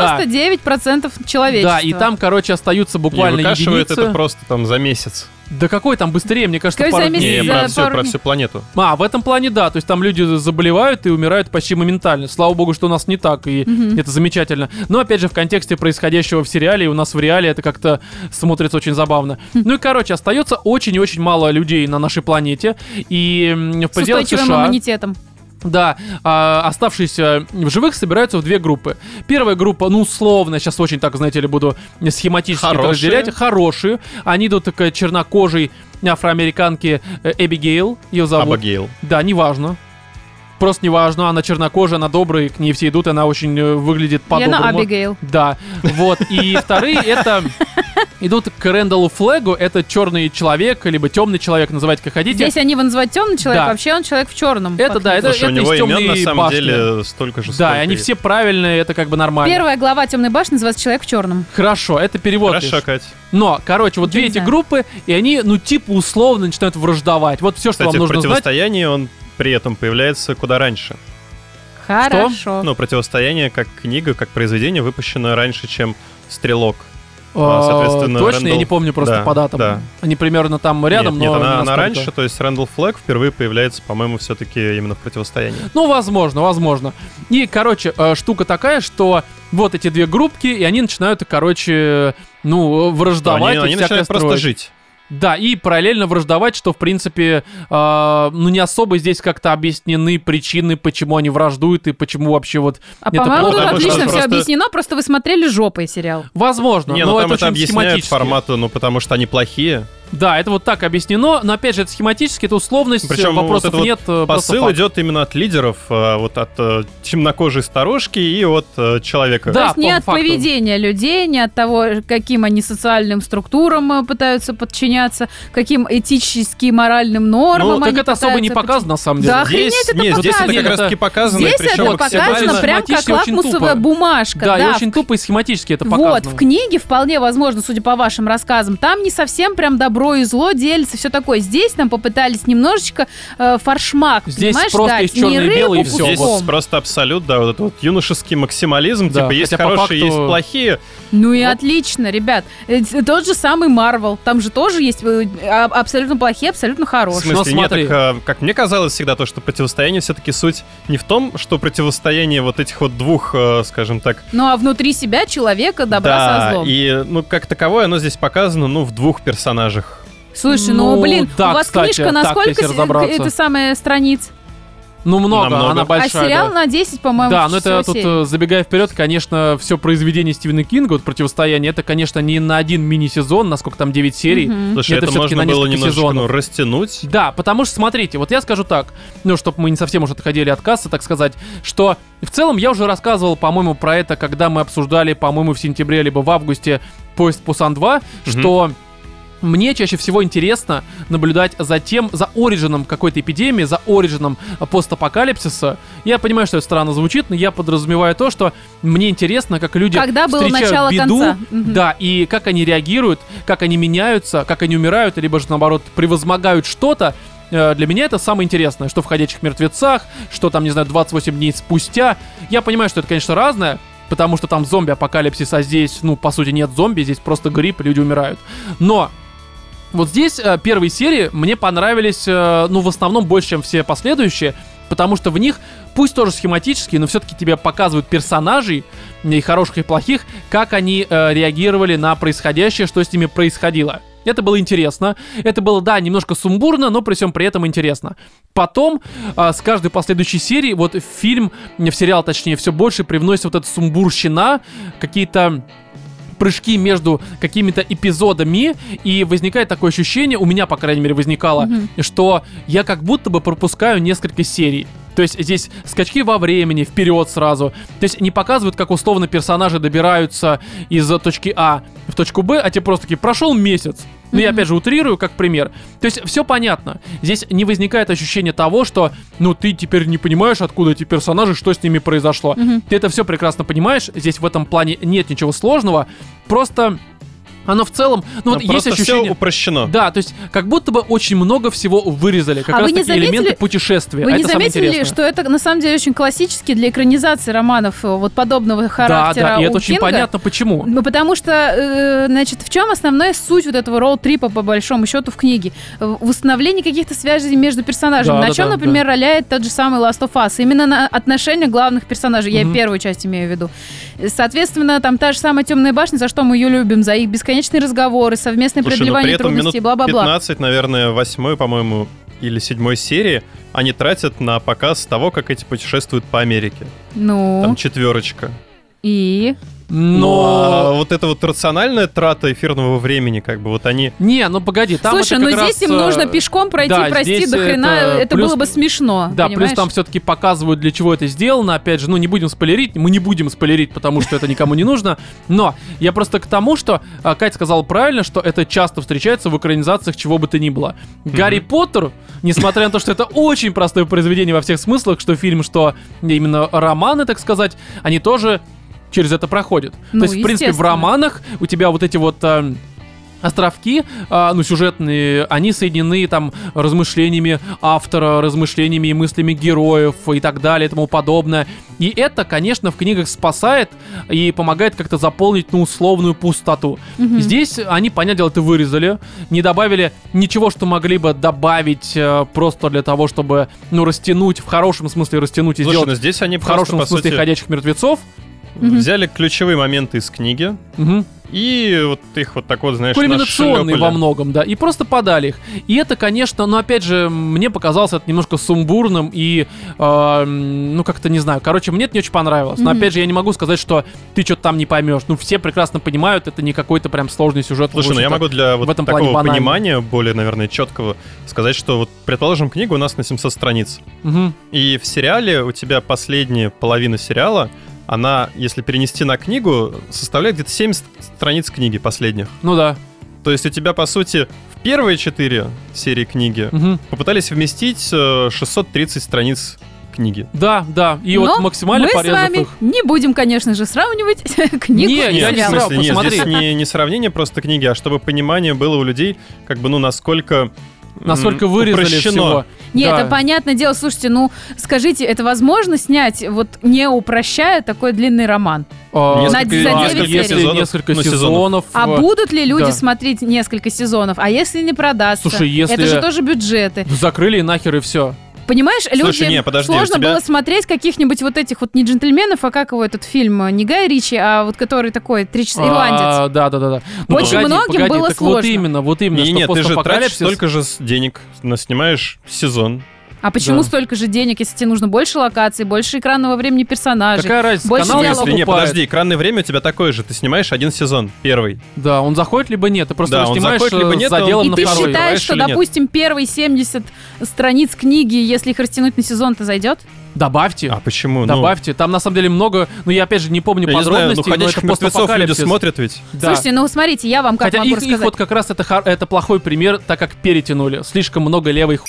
Speaker 3: 99% человечества.
Speaker 1: Да, и там, короче, остаются
Speaker 2: и
Speaker 1: буквально
Speaker 2: выкашивает это
Speaker 1: единицы.
Speaker 2: просто там за месяц.
Speaker 1: Да какой там быстрее, мне кажется,
Speaker 3: Какой
Speaker 1: э, пару
Speaker 3: за
Speaker 1: дней.
Speaker 3: месяц?
Speaker 2: Не,
Speaker 3: за
Speaker 2: про всю,
Speaker 3: пару
Speaker 2: про
Speaker 3: дней.
Speaker 2: всю планету.
Speaker 1: А, в этом плане да, то есть там люди заболевают и умирают почти моментально. Слава богу, что у нас не так, и
Speaker 3: Мгм.
Speaker 1: это замечательно. Но опять же, в контексте происходящего в сериале, и у нас в реале это как-то смотрится очень забавно.
Speaker 3: Хм.
Speaker 1: Ну и, короче, остается очень и очень мало людей на нашей планете, и м, в
Speaker 3: с
Speaker 1: пределах
Speaker 3: устойчивым
Speaker 1: США...
Speaker 3: иммунитетом.
Speaker 1: Да, а, оставшиеся в живых собираются в две группы. Первая группа, ну, условно, сейчас очень так, знаете ли, буду схематически это
Speaker 2: Хорошие.
Speaker 1: разделять. Хорошие. Они идут к чернокожей афроамериканке э, Эбигейл, ее зовут.
Speaker 2: Абагейл.
Speaker 1: Да, неважно. Просто неважно, она чернокожая, она добрая, к ней все идут, она очень э, выглядит по-доброму.
Speaker 3: Лена Абигейл.
Speaker 1: Да, вот. И вторые это идут к Рэндаллу Флэгу, это черный человек, либо темный человек, называйте как хотите.
Speaker 3: Здесь они его называют темный человек,
Speaker 1: Да.
Speaker 3: а вообще он человек в черном. Э,
Speaker 1: Это да, это,
Speaker 2: Слушай, у
Speaker 1: это
Speaker 2: него
Speaker 1: из
Speaker 2: имен
Speaker 1: темной
Speaker 2: на самом
Speaker 1: башни.
Speaker 2: деле столько же, сколько
Speaker 1: Да, и
Speaker 2: и-
Speaker 1: они все правильные, это как бы нормально.
Speaker 3: Первая глава темной башни называется Человек в черном.
Speaker 1: Хорошо, это перевод.
Speaker 2: Хорошо,
Speaker 1: лишь.
Speaker 2: Кать.
Speaker 1: Но, короче, вот
Speaker 3: Я
Speaker 1: две
Speaker 3: не
Speaker 1: эти
Speaker 3: знаю.
Speaker 1: группы, и они, ну, типа, условно начинают враждовать. Вот все, что
Speaker 2: Кстати,
Speaker 1: вам
Speaker 2: в
Speaker 1: нужно знать.
Speaker 2: противостоянии он при этом появляется куда раньше.
Speaker 3: Хорошо.
Speaker 2: Ну, противостояние как книга, как произведение выпущено раньше, чем Стрелок. А, соответственно,
Speaker 1: Э, Точно, я
Speaker 2: Рэндалл-
Speaker 1: не помню просто
Speaker 2: да,
Speaker 1: по датам.
Speaker 2: да.
Speaker 1: Они примерно там рядом,
Speaker 2: нет, нет,
Speaker 1: но. не
Speaker 2: она, она
Speaker 1: настолько.
Speaker 2: раньше, то есть Рэндалл Флэг впервые появляется, по-моему, все-таки именно в противостоянии.
Speaker 1: Ну, возможно, возможно. И, короче, э, штука такая, что вот эти две группки, и они начинают, короче, ну, враждовать
Speaker 2: они
Speaker 1: и
Speaker 2: они
Speaker 1: всякое
Speaker 2: начинают просто
Speaker 1: строить.
Speaker 2: жить.
Speaker 1: Да, и параллельно враждовать, что, в принципе, э, ну, не особо здесь как-то объяснены причины, почему они враждуют и почему вообще вот...
Speaker 3: а
Speaker 1: это
Speaker 3: по-моему, тут
Speaker 1: плохо,
Speaker 2: потому что
Speaker 3: отлично все
Speaker 2: просто-
Speaker 3: объяснено, просто вы смотрели жопой сериал.
Speaker 1: Возможно,
Speaker 2: не,
Speaker 1: но
Speaker 2: ну там
Speaker 1: это
Speaker 2: это
Speaker 1: очень
Speaker 2: объясняют
Speaker 1: схематически.
Speaker 2: формату, ну потому что они плохие.
Speaker 1: Да, это вот так объяснено, но, опять же, это схематически, это условность,
Speaker 2: Причем вот
Speaker 1: вопросов
Speaker 2: это ну, вот
Speaker 1: нет, э, просто
Speaker 2: Посыл
Speaker 1: факт.
Speaker 2: идет именно от лидеров, а, вот от э, темнокожей старушки и от э, человека.
Speaker 1: Да,
Speaker 3: То есть не
Speaker 1: по
Speaker 3: от
Speaker 1: факту.
Speaker 3: поведения людей, не от того, каким они социальным структурам э, пытаются подчиняться, каким этическим, моральным нормам
Speaker 2: Ну,
Speaker 1: так
Speaker 3: они
Speaker 1: это особо не
Speaker 3: пытаются
Speaker 1: показано, на самом деле.
Speaker 3: Да,
Speaker 2: здесь,
Speaker 3: охренеть, это
Speaker 2: нет, здесь это как
Speaker 1: показано.
Speaker 2: раз таки показано,
Speaker 3: подчиняться.
Speaker 2: и
Speaker 3: Здесь
Speaker 2: причем
Speaker 3: это показано
Speaker 1: максимально
Speaker 3: прям как
Speaker 1: схематически, очень
Speaker 3: лакмусовая
Speaker 1: тупо.
Speaker 3: бумажка.
Speaker 1: Да,
Speaker 3: да,
Speaker 1: и очень тупо и схематически это
Speaker 3: Вот,
Speaker 1: показано.
Speaker 3: в книге вполне возможно, судя по вашим рассказам, там не совсем прям добро и зло делится, все такое. Здесь нам попытались немножечко э, фаршмак,
Speaker 1: Здесь
Speaker 3: понимаешь,
Speaker 1: просто
Speaker 3: дать.
Speaker 1: есть чёрное и
Speaker 3: не
Speaker 1: белое, и
Speaker 3: рыбу
Speaker 1: всё.
Speaker 2: Здесь
Speaker 3: куском.
Speaker 2: просто абсолют, да, вот этот вот юношеский максимализм,
Speaker 1: Да,
Speaker 2: типа есть
Speaker 1: хотя по
Speaker 2: хорошие,
Speaker 1: факту-
Speaker 2: есть плохие.
Speaker 3: Ну и
Speaker 1: Вот.
Speaker 3: отлично, ребят. Э, Тот же самый Марвел, там же тоже есть э, а- абсолютно плохие, абсолютно
Speaker 2: В
Speaker 3: хорошие.
Speaker 1: Но
Speaker 2: смысле, нет,
Speaker 1: смотри.
Speaker 2: так, а, как мне казалось всегда, то, что противостояние все-таки суть не в том, что противостояние вот этих вот двух, э, скажем так,
Speaker 3: Ну а внутри себя человека добра
Speaker 2: да,
Speaker 3: со злом.
Speaker 2: и, ну, как таковое, оно здесь показано, ну, в двух персонажах.
Speaker 3: Слушай, ну,
Speaker 1: Ну,
Speaker 3: блин,
Speaker 1: да,
Speaker 3: у вас
Speaker 1: кстати,
Speaker 3: книжка на
Speaker 1: так,
Speaker 3: сколько
Speaker 1: если
Speaker 3: с- э,
Speaker 1: разобраться.
Speaker 3: это самая страниц?
Speaker 1: Ну, много,
Speaker 2: Намного.
Speaker 1: она большая.
Speaker 3: а сериал
Speaker 1: да.
Speaker 3: на 10, по-моему,
Speaker 1: Да, но это
Speaker 3: всего
Speaker 1: тут,
Speaker 3: серии.
Speaker 1: э, забегая вперед, конечно, все произведение Стивена Кинга, вот противостояние, это, конечно, не на один мини-сезон, насколько там 9 серий.
Speaker 3: Мгм.
Speaker 2: Слушай,
Speaker 1: Это
Speaker 2: это,
Speaker 1: всё-таки
Speaker 2: можно
Speaker 1: на
Speaker 2: было
Speaker 1: несколько
Speaker 2: немножечко
Speaker 1: сезонов.
Speaker 2: ну, растянуть.
Speaker 1: Да, потому что, смотрите, вот я скажу так, ну, чтобы мы не совсем уже отходили от кассы, так сказать, что в целом я уже рассказывал, по-моему, про это, когда мы обсуждали, по-моему, в сентябре либо в августе поезд Пусан 2,
Speaker 2: Мгм.
Speaker 1: что мне чаще всего интересно наблюдать за тем, за оригином какой-то эпидемии, за оригином э, постапокалипсиса. Я понимаю, что это странно звучит, но я подразумеваю то, что мне интересно, как люди
Speaker 3: Когда было
Speaker 1: встречают
Speaker 3: начало
Speaker 1: беду,
Speaker 3: конца. Мгм.
Speaker 1: да, и как они реагируют, как они меняются, как они умирают, либо же наоборот превозмогают что-то. Э, Для меня это самое интересное, что в «Ходячих мертвецах», что там, не знаю, 28 дней спустя. Я понимаю, что это, конечно, разное, потому что там зомби-апокалипсис, а здесь, ну, по сути, нет зомби, здесь просто грипп, люди умирают. Но вот здесь э, первые серии мне понравились, э, ну, в основном больше, чем все последующие, потому что в них, пусть тоже схематически, но все-таки тебе показывают персонажей, и хороших, и плохих, как они э, реагировали на происходящее, что с ними происходило. Это было интересно. Это было, да, немножко сумбурно, но при всем при этом интересно. Потом, а, с каждой последующей серии, вот в фильм, не, в сериал точнее, все больше привносится вот эта сумбурщина, какие-то прыжки между какими-то эпизодами, и возникает такое ощущение, у меня, по крайней мере, возникало,
Speaker 3: Мгм.
Speaker 1: что я как будто бы пропускаю несколько серий. То есть здесь скачки во времени, вперед сразу. То есть не показывают, как условно персонажи добираются из точки А в точку Б, а те просто такие, прошел месяц. Ну, я
Speaker 3: Мгм.
Speaker 1: опять же утрирую как пример. То есть все понятно. Здесь не возникает ощущение того, что, ну, ты теперь не понимаешь, откуда эти персонажи, что с ними произошло.
Speaker 3: Мгм.
Speaker 1: Ты это все прекрасно понимаешь. Здесь в этом плане нет ничего сложного. Просто оно в целом, ну, вот есть
Speaker 2: Просто все
Speaker 1: ощущение...
Speaker 2: упрощено.
Speaker 1: Да, то есть как будто бы очень много всего вырезали, как
Speaker 3: А
Speaker 1: раз
Speaker 3: вы не
Speaker 1: таки элементы
Speaker 3: заметили-
Speaker 1: путешествия.
Speaker 3: Вы
Speaker 1: а
Speaker 3: не
Speaker 1: это самое
Speaker 3: заметили,
Speaker 1: интересное.
Speaker 3: что это на самом деле очень классически для экранизации романов э, вот подобного
Speaker 1: Да,
Speaker 3: характера?
Speaker 1: да, и
Speaker 3: у
Speaker 1: это очень
Speaker 3: Кинга?
Speaker 1: понятно почему.
Speaker 3: Ну, потому что, э, значит, в чем основная суть вот этого роуд-трипа, по большому счету, в книге? В в установлении каких-то связей между персонажами.
Speaker 1: Да,
Speaker 3: на
Speaker 1: да,
Speaker 3: чем,
Speaker 1: да,
Speaker 3: например, роляет тот же самый Last of Us. Именно на отношения главных персонажей. Я
Speaker 1: Мгм.
Speaker 3: первую часть имею в виду. Соответственно, там та же самая темная башня, за что мы ее любим, за их бесконечные разговоры, совместное
Speaker 2: Слушай, ну при
Speaker 3: преодолевание
Speaker 2: этом минут
Speaker 3: трудностей, бла-бла-бла.
Speaker 2: 15, наверное, восьмой, по-моему, или седьмой серии они тратят на показ того, как эти путешествуют по Америке.
Speaker 3: Ну,
Speaker 2: Там четверочка.
Speaker 3: и...
Speaker 2: Ну, а
Speaker 1: Но...
Speaker 2: вот это вот рациональная трата эфирного времени, как бы вот они...
Speaker 1: Не, ну погоди, там
Speaker 3: Слушай,
Speaker 1: это
Speaker 3: ну
Speaker 1: как раз,
Speaker 3: здесь им
Speaker 1: э,
Speaker 3: нужно пешком пройти,
Speaker 1: да,
Speaker 3: прости,
Speaker 1: здесь
Speaker 3: до хрена. Это,
Speaker 1: это плюс-
Speaker 3: было бы смешно.
Speaker 1: Да,
Speaker 3: понимаешь?
Speaker 1: плюс там все-таки показывают, для чего это сделано. Опять же, ну не будем спойлерить, мы не будем спойлерить, потому что это никому не нужно. Но я просто к тому, что а, Кать сказала правильно, что это часто встречается в экранизациях чего бы то ни было. Гарри Поттер, несмотря на то, что это очень простое произведение во всех смыслах, что фильм, что именно романы, так сказать, они тоже через это проходят.
Speaker 3: Ну,
Speaker 1: то есть, в принципе, в
Speaker 3: естественно.
Speaker 1: романах у тебя вот эти вот... а, островки, а, ну, сюжетные, они соединены там размышлениями автора, размышлениями и мыслями героев и так далее и тому подобное. И это, конечно, в книгах спасает и помогает как-то заполнить, ну, условную пустоту.
Speaker 3: Мгм.
Speaker 1: Здесь они, понятное дело, это вырезали, не добавили ничего, что могли бы добавить э, просто для того, чтобы, ну, растянуть, в хорошем смысле растянуть и
Speaker 2: Слушай,
Speaker 1: сделать
Speaker 2: ну здесь они
Speaker 1: в хорошем
Speaker 2: просто, по
Speaker 1: смысле
Speaker 2: сути,
Speaker 1: «Ходячих мертвецов».
Speaker 3: Мгм.
Speaker 2: взяли ключевые моменты из книги
Speaker 1: Мгм.
Speaker 2: и вот их вот так вот, знаешь,
Speaker 1: кульминационные
Speaker 2: нашлепали.
Speaker 1: во многом, да, и просто подали их. И это, конечно, ну, опять же, мне показалось это немножко сумбурным и, э, м, ну, как-то не знаю, короче, мне это не очень понравилось. Но,
Speaker 3: Мгм.
Speaker 1: опять же, я не могу сказать, что ты что-то там не поймешь. Ну, все прекрасно понимают, это не какой-то прям сложный сюжет.
Speaker 2: Слушай, ну я
Speaker 1: получится.
Speaker 2: могу для вот
Speaker 1: в этом плане
Speaker 2: такого
Speaker 1: банально.
Speaker 2: понимания, более, наверное, четкого, сказать, что вот, предположим, книга у нас на 700 страниц.
Speaker 1: Мгм.
Speaker 2: И в сериале у тебя последняя половина сериала, она, если перенести на книгу, составляет где-то 70 страниц книги последних.
Speaker 1: Ну да.
Speaker 2: То есть у тебя, по сути, в первые четыре серии книги
Speaker 1: Мгм.
Speaker 2: попытались вместить э, 630 страниц книги.
Speaker 1: Да, да. И
Speaker 3: Но
Speaker 1: вот максимально
Speaker 3: Ну, мы с
Speaker 1: порезав
Speaker 3: вами
Speaker 1: их.
Speaker 3: не будем, конечно же, сравнивать книгу
Speaker 1: Не,
Speaker 3: и
Speaker 1: я
Speaker 2: Нет,
Speaker 1: не
Speaker 2: в
Speaker 3: сериал.
Speaker 1: сравниваю.
Speaker 2: смысле, нет,
Speaker 1: Посмотри.
Speaker 2: здесь не, не сравнение просто книги, а чтобы понимание было у людей, как бы, ну, насколько... м,
Speaker 1: Насколько вырезали
Speaker 2: упрощено.
Speaker 1: всего.
Speaker 3: Не,
Speaker 1: Да.
Speaker 3: это понятное дело. Слушайте, ну скажите, это возможно снять, вот не упрощая такой длинный роман?
Speaker 1: А,
Speaker 2: Несколько-
Speaker 3: за девять
Speaker 1: если
Speaker 3: серий.
Speaker 1: если несколько
Speaker 2: Ну,
Speaker 1: сезонов.
Speaker 2: сезонов.
Speaker 3: А
Speaker 1: э,
Speaker 3: будут ли люди
Speaker 1: да.
Speaker 3: смотреть несколько сезонов? А если не продастся?
Speaker 1: Слушай, если-
Speaker 3: Это же тоже бюджеты.
Speaker 1: Закрыли и нахер и все.
Speaker 3: Понимаешь, людям
Speaker 2: не, подожди, у
Speaker 3: сложно
Speaker 2: тебя-
Speaker 3: было смотреть каких-нибудь вот этих вот не джентльменов, а как его этот фильм, э, не Гай Ричи, а вот который такой, три часа, ирландец.
Speaker 1: А, Да, да, да, да.
Speaker 3: Очень многим было
Speaker 1: так Вот
Speaker 3: сложно.
Speaker 1: именно, вот именно.
Speaker 2: Не,
Speaker 1: что
Speaker 2: нет, ты же тратишь
Speaker 1: постапокалипсис-
Speaker 2: столько же с- денег, на- снимаешь сезон.
Speaker 3: А почему
Speaker 1: Да.
Speaker 3: столько же денег, если тебе нужно больше локаций, больше экранного времени персонажей?
Speaker 1: Какая разница,
Speaker 3: Больше
Speaker 1: канал
Speaker 3: диалога.
Speaker 1: не
Speaker 3: Если
Speaker 2: Не,
Speaker 1: покупает.
Speaker 2: подожди, экранное время у тебя такое же. Ты снимаешь один сезон, первый.
Speaker 1: Да, он заходит либо нет, ты просто
Speaker 2: Да,
Speaker 1: его
Speaker 2: он
Speaker 1: снимаешь
Speaker 2: заходит либо
Speaker 1: э,
Speaker 2: нет,
Speaker 1: с заделом
Speaker 2: он-
Speaker 3: И
Speaker 1: на
Speaker 3: ты
Speaker 2: второй,
Speaker 1: второй.
Speaker 3: считаешь,
Speaker 2: понимаешь
Speaker 3: что,
Speaker 2: или нет?
Speaker 3: допустим, первые 70 страниц книги, если их растянуть на сезон, то зайдет?
Speaker 1: Добавьте.
Speaker 2: А почему? Ну,
Speaker 1: Добавьте, там на самом деле много, ну я опять же не помню
Speaker 2: я не знаю, ну,
Speaker 1: подробностей, но
Speaker 2: ходячих
Speaker 1: это
Speaker 2: мертвецов люди
Speaker 1: постапокалипсис.
Speaker 2: смотрят ведь.
Speaker 1: Да.
Speaker 3: Слушайте, ну смотрите, я вам как
Speaker 1: Хотя
Speaker 3: могу
Speaker 1: их, их
Speaker 3: рассказать.
Speaker 1: вот как раз это, хар- это плохой пример, так как перетянули. Слишком много левой ху...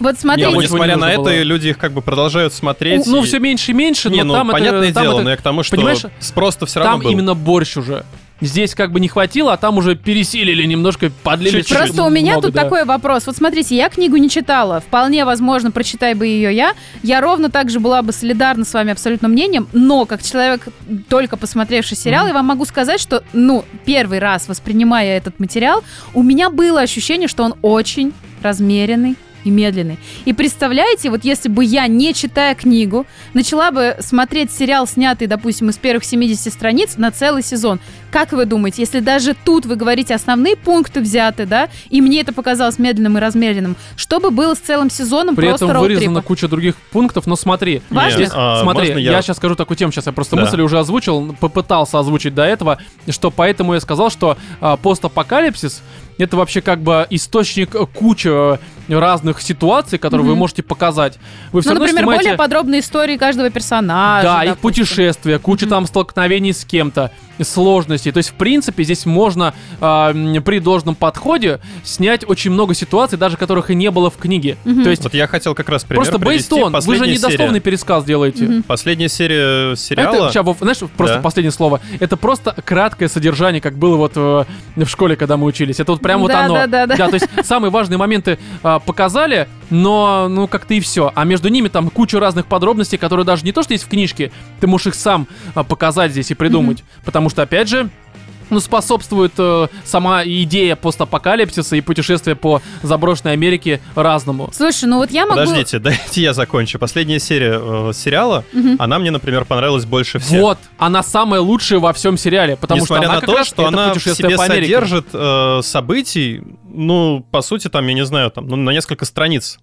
Speaker 3: Вот
Speaker 2: Не,
Speaker 3: смотрите,
Speaker 2: вот
Speaker 1: Ничего не
Speaker 2: несмотря на
Speaker 1: нужно
Speaker 2: это,
Speaker 1: было.
Speaker 2: люди их как бы продолжают смотреть.
Speaker 1: Ну,
Speaker 2: и-
Speaker 1: все меньше и меньше,
Speaker 2: Не,
Speaker 1: но
Speaker 2: ну,
Speaker 1: там это-
Speaker 2: понятное
Speaker 1: там
Speaker 2: дело,
Speaker 1: это-
Speaker 2: но я к тому, что
Speaker 1: понимаешь,
Speaker 2: спрос-то все
Speaker 1: там
Speaker 2: равно был.
Speaker 1: именно борщ уже. Здесь как бы не хватило, а там уже пересилили немножко, подлили.
Speaker 2: Чуть-чуть.
Speaker 1: слишком
Speaker 3: Просто у меня
Speaker 1: много,
Speaker 3: тут
Speaker 1: да.
Speaker 3: такой вопрос. Вот смотрите, я книгу не читала. Вполне возможно, прочитай бы ее я. Я ровно так же была бы солидарна с вами абсолютно мнением, но как человек, только посмотревший сериал,
Speaker 1: Мгм.
Speaker 3: я вам могу сказать, что, ну, первый раз воспринимая этот материал, у меня было ощущение, что он очень размеренный и и медленный. И представляете, вот если бы я, не читая книгу, начала бы смотреть сериал, снятый, допустим, из первых 70 страниц на целый сезон, как вы думаете, если даже тут вы говорите основные пункты взяты, да, и мне это показалось медленным и размеренным, что бы было с целым сезоном
Speaker 1: При
Speaker 3: просто
Speaker 1: этом вырезана
Speaker 3: роуд-трипа?
Speaker 1: куча других пунктов, но смотри.
Speaker 3: Важно?
Speaker 1: Здесь-
Speaker 2: а,
Speaker 1: смотри,
Speaker 2: можно
Speaker 1: я...
Speaker 2: я-
Speaker 1: сейчас скажу такую тему, сейчас я просто
Speaker 2: Да.
Speaker 1: мысль уже озвучил, попытался озвучить до этого, что поэтому я сказал, что а, постапокалипсис это вообще как бы источник э, кучи э, разных ситуаций, которые вы
Speaker 3: Мгм.
Speaker 1: можете показать. Вы все
Speaker 3: Ну,
Speaker 1: равно
Speaker 3: например,
Speaker 1: снимаете...
Speaker 3: более подробные истории каждого персонажа.
Speaker 1: Да, их
Speaker 3: допустим.
Speaker 1: путешествия, куча
Speaker 3: Мгм.
Speaker 1: там столкновений с кем-то, сложностей. То есть, в принципе, здесь можно а, м, при должном подходе снять очень много ситуаций, даже которых и не было в книге.
Speaker 3: Мгм.
Speaker 1: То есть,
Speaker 2: Вот я хотел как раз пример
Speaker 1: просто
Speaker 2: привести.
Speaker 1: бейстон, вы же
Speaker 2: Последняя
Speaker 1: недословный
Speaker 2: серия.
Speaker 1: пересказ делаете.
Speaker 3: Мгм.
Speaker 2: Последняя серия э, сериала.
Speaker 1: Это, ща, Вов, знаешь, просто
Speaker 2: Да.
Speaker 1: последнее слово. Это просто краткое содержание, как было вот э, в школе, когда мы учились. Это вот прям вот
Speaker 3: Да,
Speaker 1: оно.
Speaker 3: да, да, да.
Speaker 1: то есть самые важные моменты а, показали, но ну как-то и все. А между ними там куча разных подробностей, которые даже не то, что есть в книжке, ты можешь их сам а, показать здесь и придумать. Потому что, опять же, ну, способствует э, сама идея постапокалипсиса и путешествия по заброшенной Америке разному.
Speaker 3: Слушай, ну вот я могу...
Speaker 2: Подождите, дайте я закончу. Последняя серия э, сериала,
Speaker 3: Мгм.
Speaker 2: она мне, например, понравилась больше всех.
Speaker 1: Вот, она самая лучшая во всем сериале, потому
Speaker 2: Несмотря
Speaker 1: что она
Speaker 2: на
Speaker 1: как
Speaker 2: то,
Speaker 1: раз
Speaker 2: что
Speaker 1: это
Speaker 2: она в
Speaker 1: путешествие
Speaker 2: себе
Speaker 1: по Америке.
Speaker 2: содержит э, событий, ну, по сути, там, я не знаю, там, ну, на несколько страниц.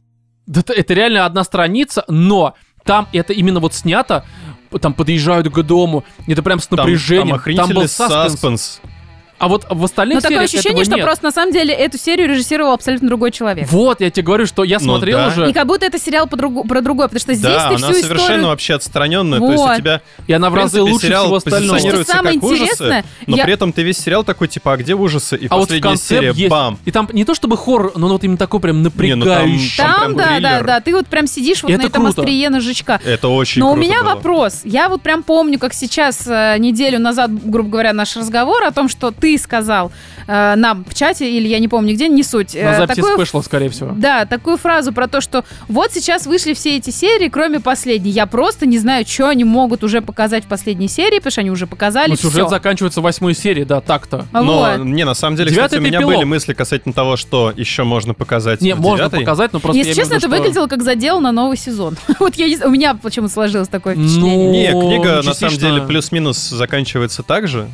Speaker 1: Да это, это реально одна страница, но там это именно вот снято, там подъезжают к дому, это прям с
Speaker 2: Там- Там,
Speaker 1: напряжением, там,
Speaker 2: охренительный
Speaker 1: был саспенс.
Speaker 2: саспенс.
Speaker 1: А вот в остальных
Speaker 3: Но
Speaker 1: сериях
Speaker 3: такое
Speaker 1: этого
Speaker 3: ощущение, что
Speaker 1: нет.
Speaker 3: просто на самом деле эту серию режиссировал абсолютно другой человек.
Speaker 1: Вот, я тебе говорю, что я
Speaker 2: Ну
Speaker 1: смотрел
Speaker 2: да.
Speaker 1: уже,
Speaker 3: И как будто это сериал по другу- про другой, потому что здесь
Speaker 2: да, она
Speaker 3: ты всю
Speaker 2: совершенно
Speaker 3: историю...
Speaker 2: вообще отстраненная. То есть
Speaker 3: Вот.
Speaker 2: у тебя
Speaker 1: и она в,
Speaker 2: в
Speaker 1: разы
Speaker 2: принципе,
Speaker 1: лучше
Speaker 2: сериал
Speaker 1: всего остального.
Speaker 3: Потому
Speaker 2: позиционируется
Speaker 3: что самое
Speaker 2: как ужасы,
Speaker 3: интересное,
Speaker 2: но
Speaker 3: я-
Speaker 2: при этом ты весь сериал такой, типа, а где ужасы? И
Speaker 1: А вот в
Speaker 2: последняя
Speaker 1: конце
Speaker 2: серия,
Speaker 1: есть.
Speaker 2: бам!
Speaker 1: И там не то чтобы хоррор, но вот именно такой прям
Speaker 2: Не, ну там-
Speaker 1: напрягающий.
Speaker 2: Там
Speaker 3: Там,
Speaker 2: прям
Speaker 3: да, да,
Speaker 2: триллер.
Speaker 3: да, ты вот прям сидишь вот
Speaker 1: Это
Speaker 3: на этом
Speaker 1: круто.
Speaker 3: острие ножичка.
Speaker 2: Это очень
Speaker 3: Но у
Speaker 2: круто
Speaker 3: меня
Speaker 2: было.
Speaker 3: вопрос. Я вот прям помню, как сейчас э, неделю назад, грубо говоря, наш разговор о том, что ты сказал э, нам в чате, или я не помню где, не суть.
Speaker 1: На
Speaker 3: э,
Speaker 1: записи
Speaker 3: такую
Speaker 1: спешлов, скорее всего.
Speaker 3: Да, такую фразу про то, что вот сейчас вышли все эти серии, кроме последней. Я просто не знаю, что они могут уже показать в последней серии, потому что они уже показали
Speaker 1: Ну, сюжет
Speaker 3: всё.
Speaker 1: заканчивается в восьмой серии, да, так-то.
Speaker 2: Но,
Speaker 3: Вот.
Speaker 2: не, на самом деле,
Speaker 1: Девятый
Speaker 2: кстати, у меня
Speaker 1: это эпилог.
Speaker 2: были мысли касательно того, что еще можно показать
Speaker 1: Не,
Speaker 2: в
Speaker 1: можно
Speaker 2: девятой.
Speaker 1: показать, но просто
Speaker 3: Если
Speaker 1: я имею в
Speaker 3: честно,
Speaker 1: виду,
Speaker 3: это
Speaker 1: что-
Speaker 3: выглядело как задел на новый сезон. Вот я не знаю, у меня почему сложилось такое впечатление.
Speaker 1: Ну,
Speaker 2: Не, книга на
Speaker 1: частично.
Speaker 2: самом деле плюс-минус заканчивается так же.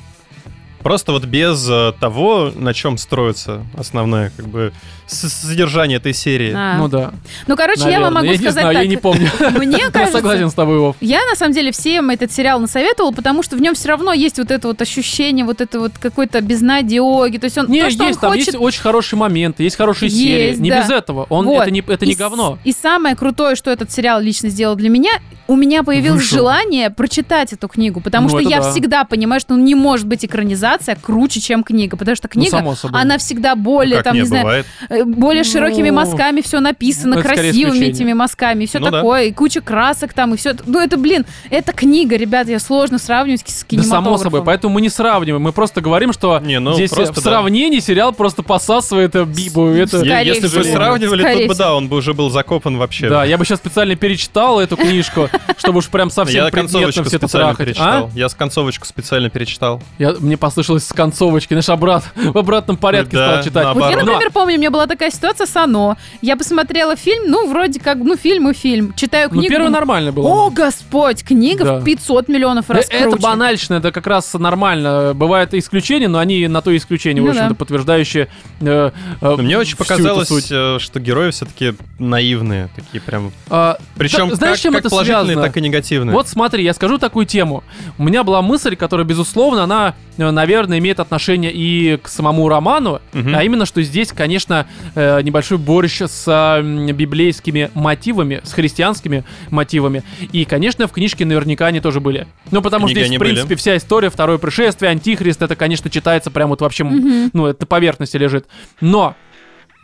Speaker 2: Просто вот без э, того, на чем строится основное как бы с- содержание этой серии.
Speaker 3: А.
Speaker 1: Ну да.
Speaker 3: Ну, короче, я вам
Speaker 1: наверное.
Speaker 3: могу
Speaker 1: не
Speaker 3: сказать
Speaker 1: знаю,
Speaker 3: так.
Speaker 1: я не помню.
Speaker 3: Мне
Speaker 1: Я
Speaker 3: кажется,
Speaker 1: согласен с тобой, Вов.
Speaker 3: Я, на самом деле, всем этот сериал насоветовала, потому что в нем все равно есть вот это вот ощущение, вот это вот какой-то безнадеги. То есть он,
Speaker 1: Не,
Speaker 3: то,
Speaker 1: есть,
Speaker 3: что он
Speaker 1: там
Speaker 3: хочет...
Speaker 1: есть очень хорошие моменты, есть хорошие
Speaker 3: Есть,
Speaker 1: серии. Не
Speaker 3: да.
Speaker 1: без этого. Он
Speaker 3: Вот.
Speaker 1: это не, это не
Speaker 3: и с-
Speaker 1: говно. Ну,
Speaker 3: И самое крутое, что этот сериал лично сделал для меня, у меня появилось
Speaker 1: Вышел.
Speaker 3: желание прочитать эту книгу, потому
Speaker 1: Ну,
Speaker 3: что
Speaker 1: это
Speaker 3: я
Speaker 1: да.
Speaker 3: всегда понимаю, что ну, не может быть экранизация круче, чем книга, потому что
Speaker 1: Ну,
Speaker 3: книга,
Speaker 1: само собой.
Speaker 3: она всегда
Speaker 2: Ну,
Speaker 3: более,
Speaker 2: как
Speaker 3: там,
Speaker 2: не
Speaker 3: не знаю,
Speaker 2: бывает.
Speaker 3: э, более широкими
Speaker 1: Ну,
Speaker 3: мазками все написано,
Speaker 1: это скорее
Speaker 3: красивыми
Speaker 1: исключение.
Speaker 3: этими мазками, и все
Speaker 2: Ну да.
Speaker 3: такое, и куча красок там, и все. Ну, это, блин, это книга, ребят, я сложно сравнивать с
Speaker 1: Да,
Speaker 3: кинематографом.
Speaker 1: само собой, поэтому мы не сравниваем. Мы просто говорим, что
Speaker 2: Не, ну,
Speaker 1: здесь
Speaker 2: просто
Speaker 1: в
Speaker 2: да.
Speaker 1: сравнении сериал просто посасывает э, Бибу. Это...
Speaker 3: Скорее
Speaker 2: Е- Если бы
Speaker 1: всего.
Speaker 2: сравнивали,
Speaker 3: Скорее
Speaker 2: тут бы да, он бы уже был закопан вообще.
Speaker 1: Да, я бы сейчас специально перечитал эту книжку, чтобы уж прям совсем
Speaker 2: Я
Speaker 1: предметно
Speaker 2: концовочку
Speaker 1: все это
Speaker 2: специально
Speaker 1: трахать.
Speaker 2: перечитал.
Speaker 1: А?
Speaker 2: Я с концовочку специально перечитал.
Speaker 1: Я, мне послышалось с концовочки. Наш обрат в обратном порядке
Speaker 2: Да,
Speaker 1: стал читать.
Speaker 2: наоборот.
Speaker 3: Вот я,
Speaker 2: Оборот.
Speaker 1: а
Speaker 3: например, помню, у меня была такая ситуация с «Оно». Я посмотрела фильм, ну, вроде как, ну, фильм и фильм. Читаю
Speaker 1: Ну,
Speaker 3: книгу.
Speaker 1: первый
Speaker 3: думаю,
Speaker 1: нормально было.
Speaker 3: О, Господь, книга
Speaker 1: Да.
Speaker 3: в 500 миллионов
Speaker 1: Да
Speaker 3: раз
Speaker 1: Э, это
Speaker 3: круче.
Speaker 1: банальщина, это как раз нормально. Бывают исключения, но они на то и исключение, в
Speaker 3: Ну
Speaker 1: общем-то,
Speaker 3: да.
Speaker 1: подтверждающие. э, э,
Speaker 2: Но мне очень
Speaker 1: всю эту
Speaker 2: показалось,
Speaker 1: суть.
Speaker 2: э, что герои все-таки наивные, такие прям.
Speaker 1: А,
Speaker 2: Причем
Speaker 1: да, знаешь,
Speaker 2: как,
Speaker 1: чем
Speaker 2: как
Speaker 1: это
Speaker 2: положительные,
Speaker 1: связано?
Speaker 2: так и негативные.
Speaker 1: Вот смотри, я скажу такую тему. У меня была мысль, которая, безусловно, она, э, наверное, имеет отношение и к самому роману,
Speaker 2: Мгм.
Speaker 1: а именно, что здесь, конечно, э, небольшой борщ с э, м, библейскими мотивами, с христианскими мотивами. И, конечно, в книжке наверняка они тоже были. Ну, потому что
Speaker 2: Книги
Speaker 1: здесь,
Speaker 2: они
Speaker 1: в принципе,
Speaker 2: были.
Speaker 1: вся история, второе пришествие, антихрист, это, конечно, читается прям вот вообще, м,
Speaker 3: Мгм.
Speaker 1: ну, это на поверхности лежит. Но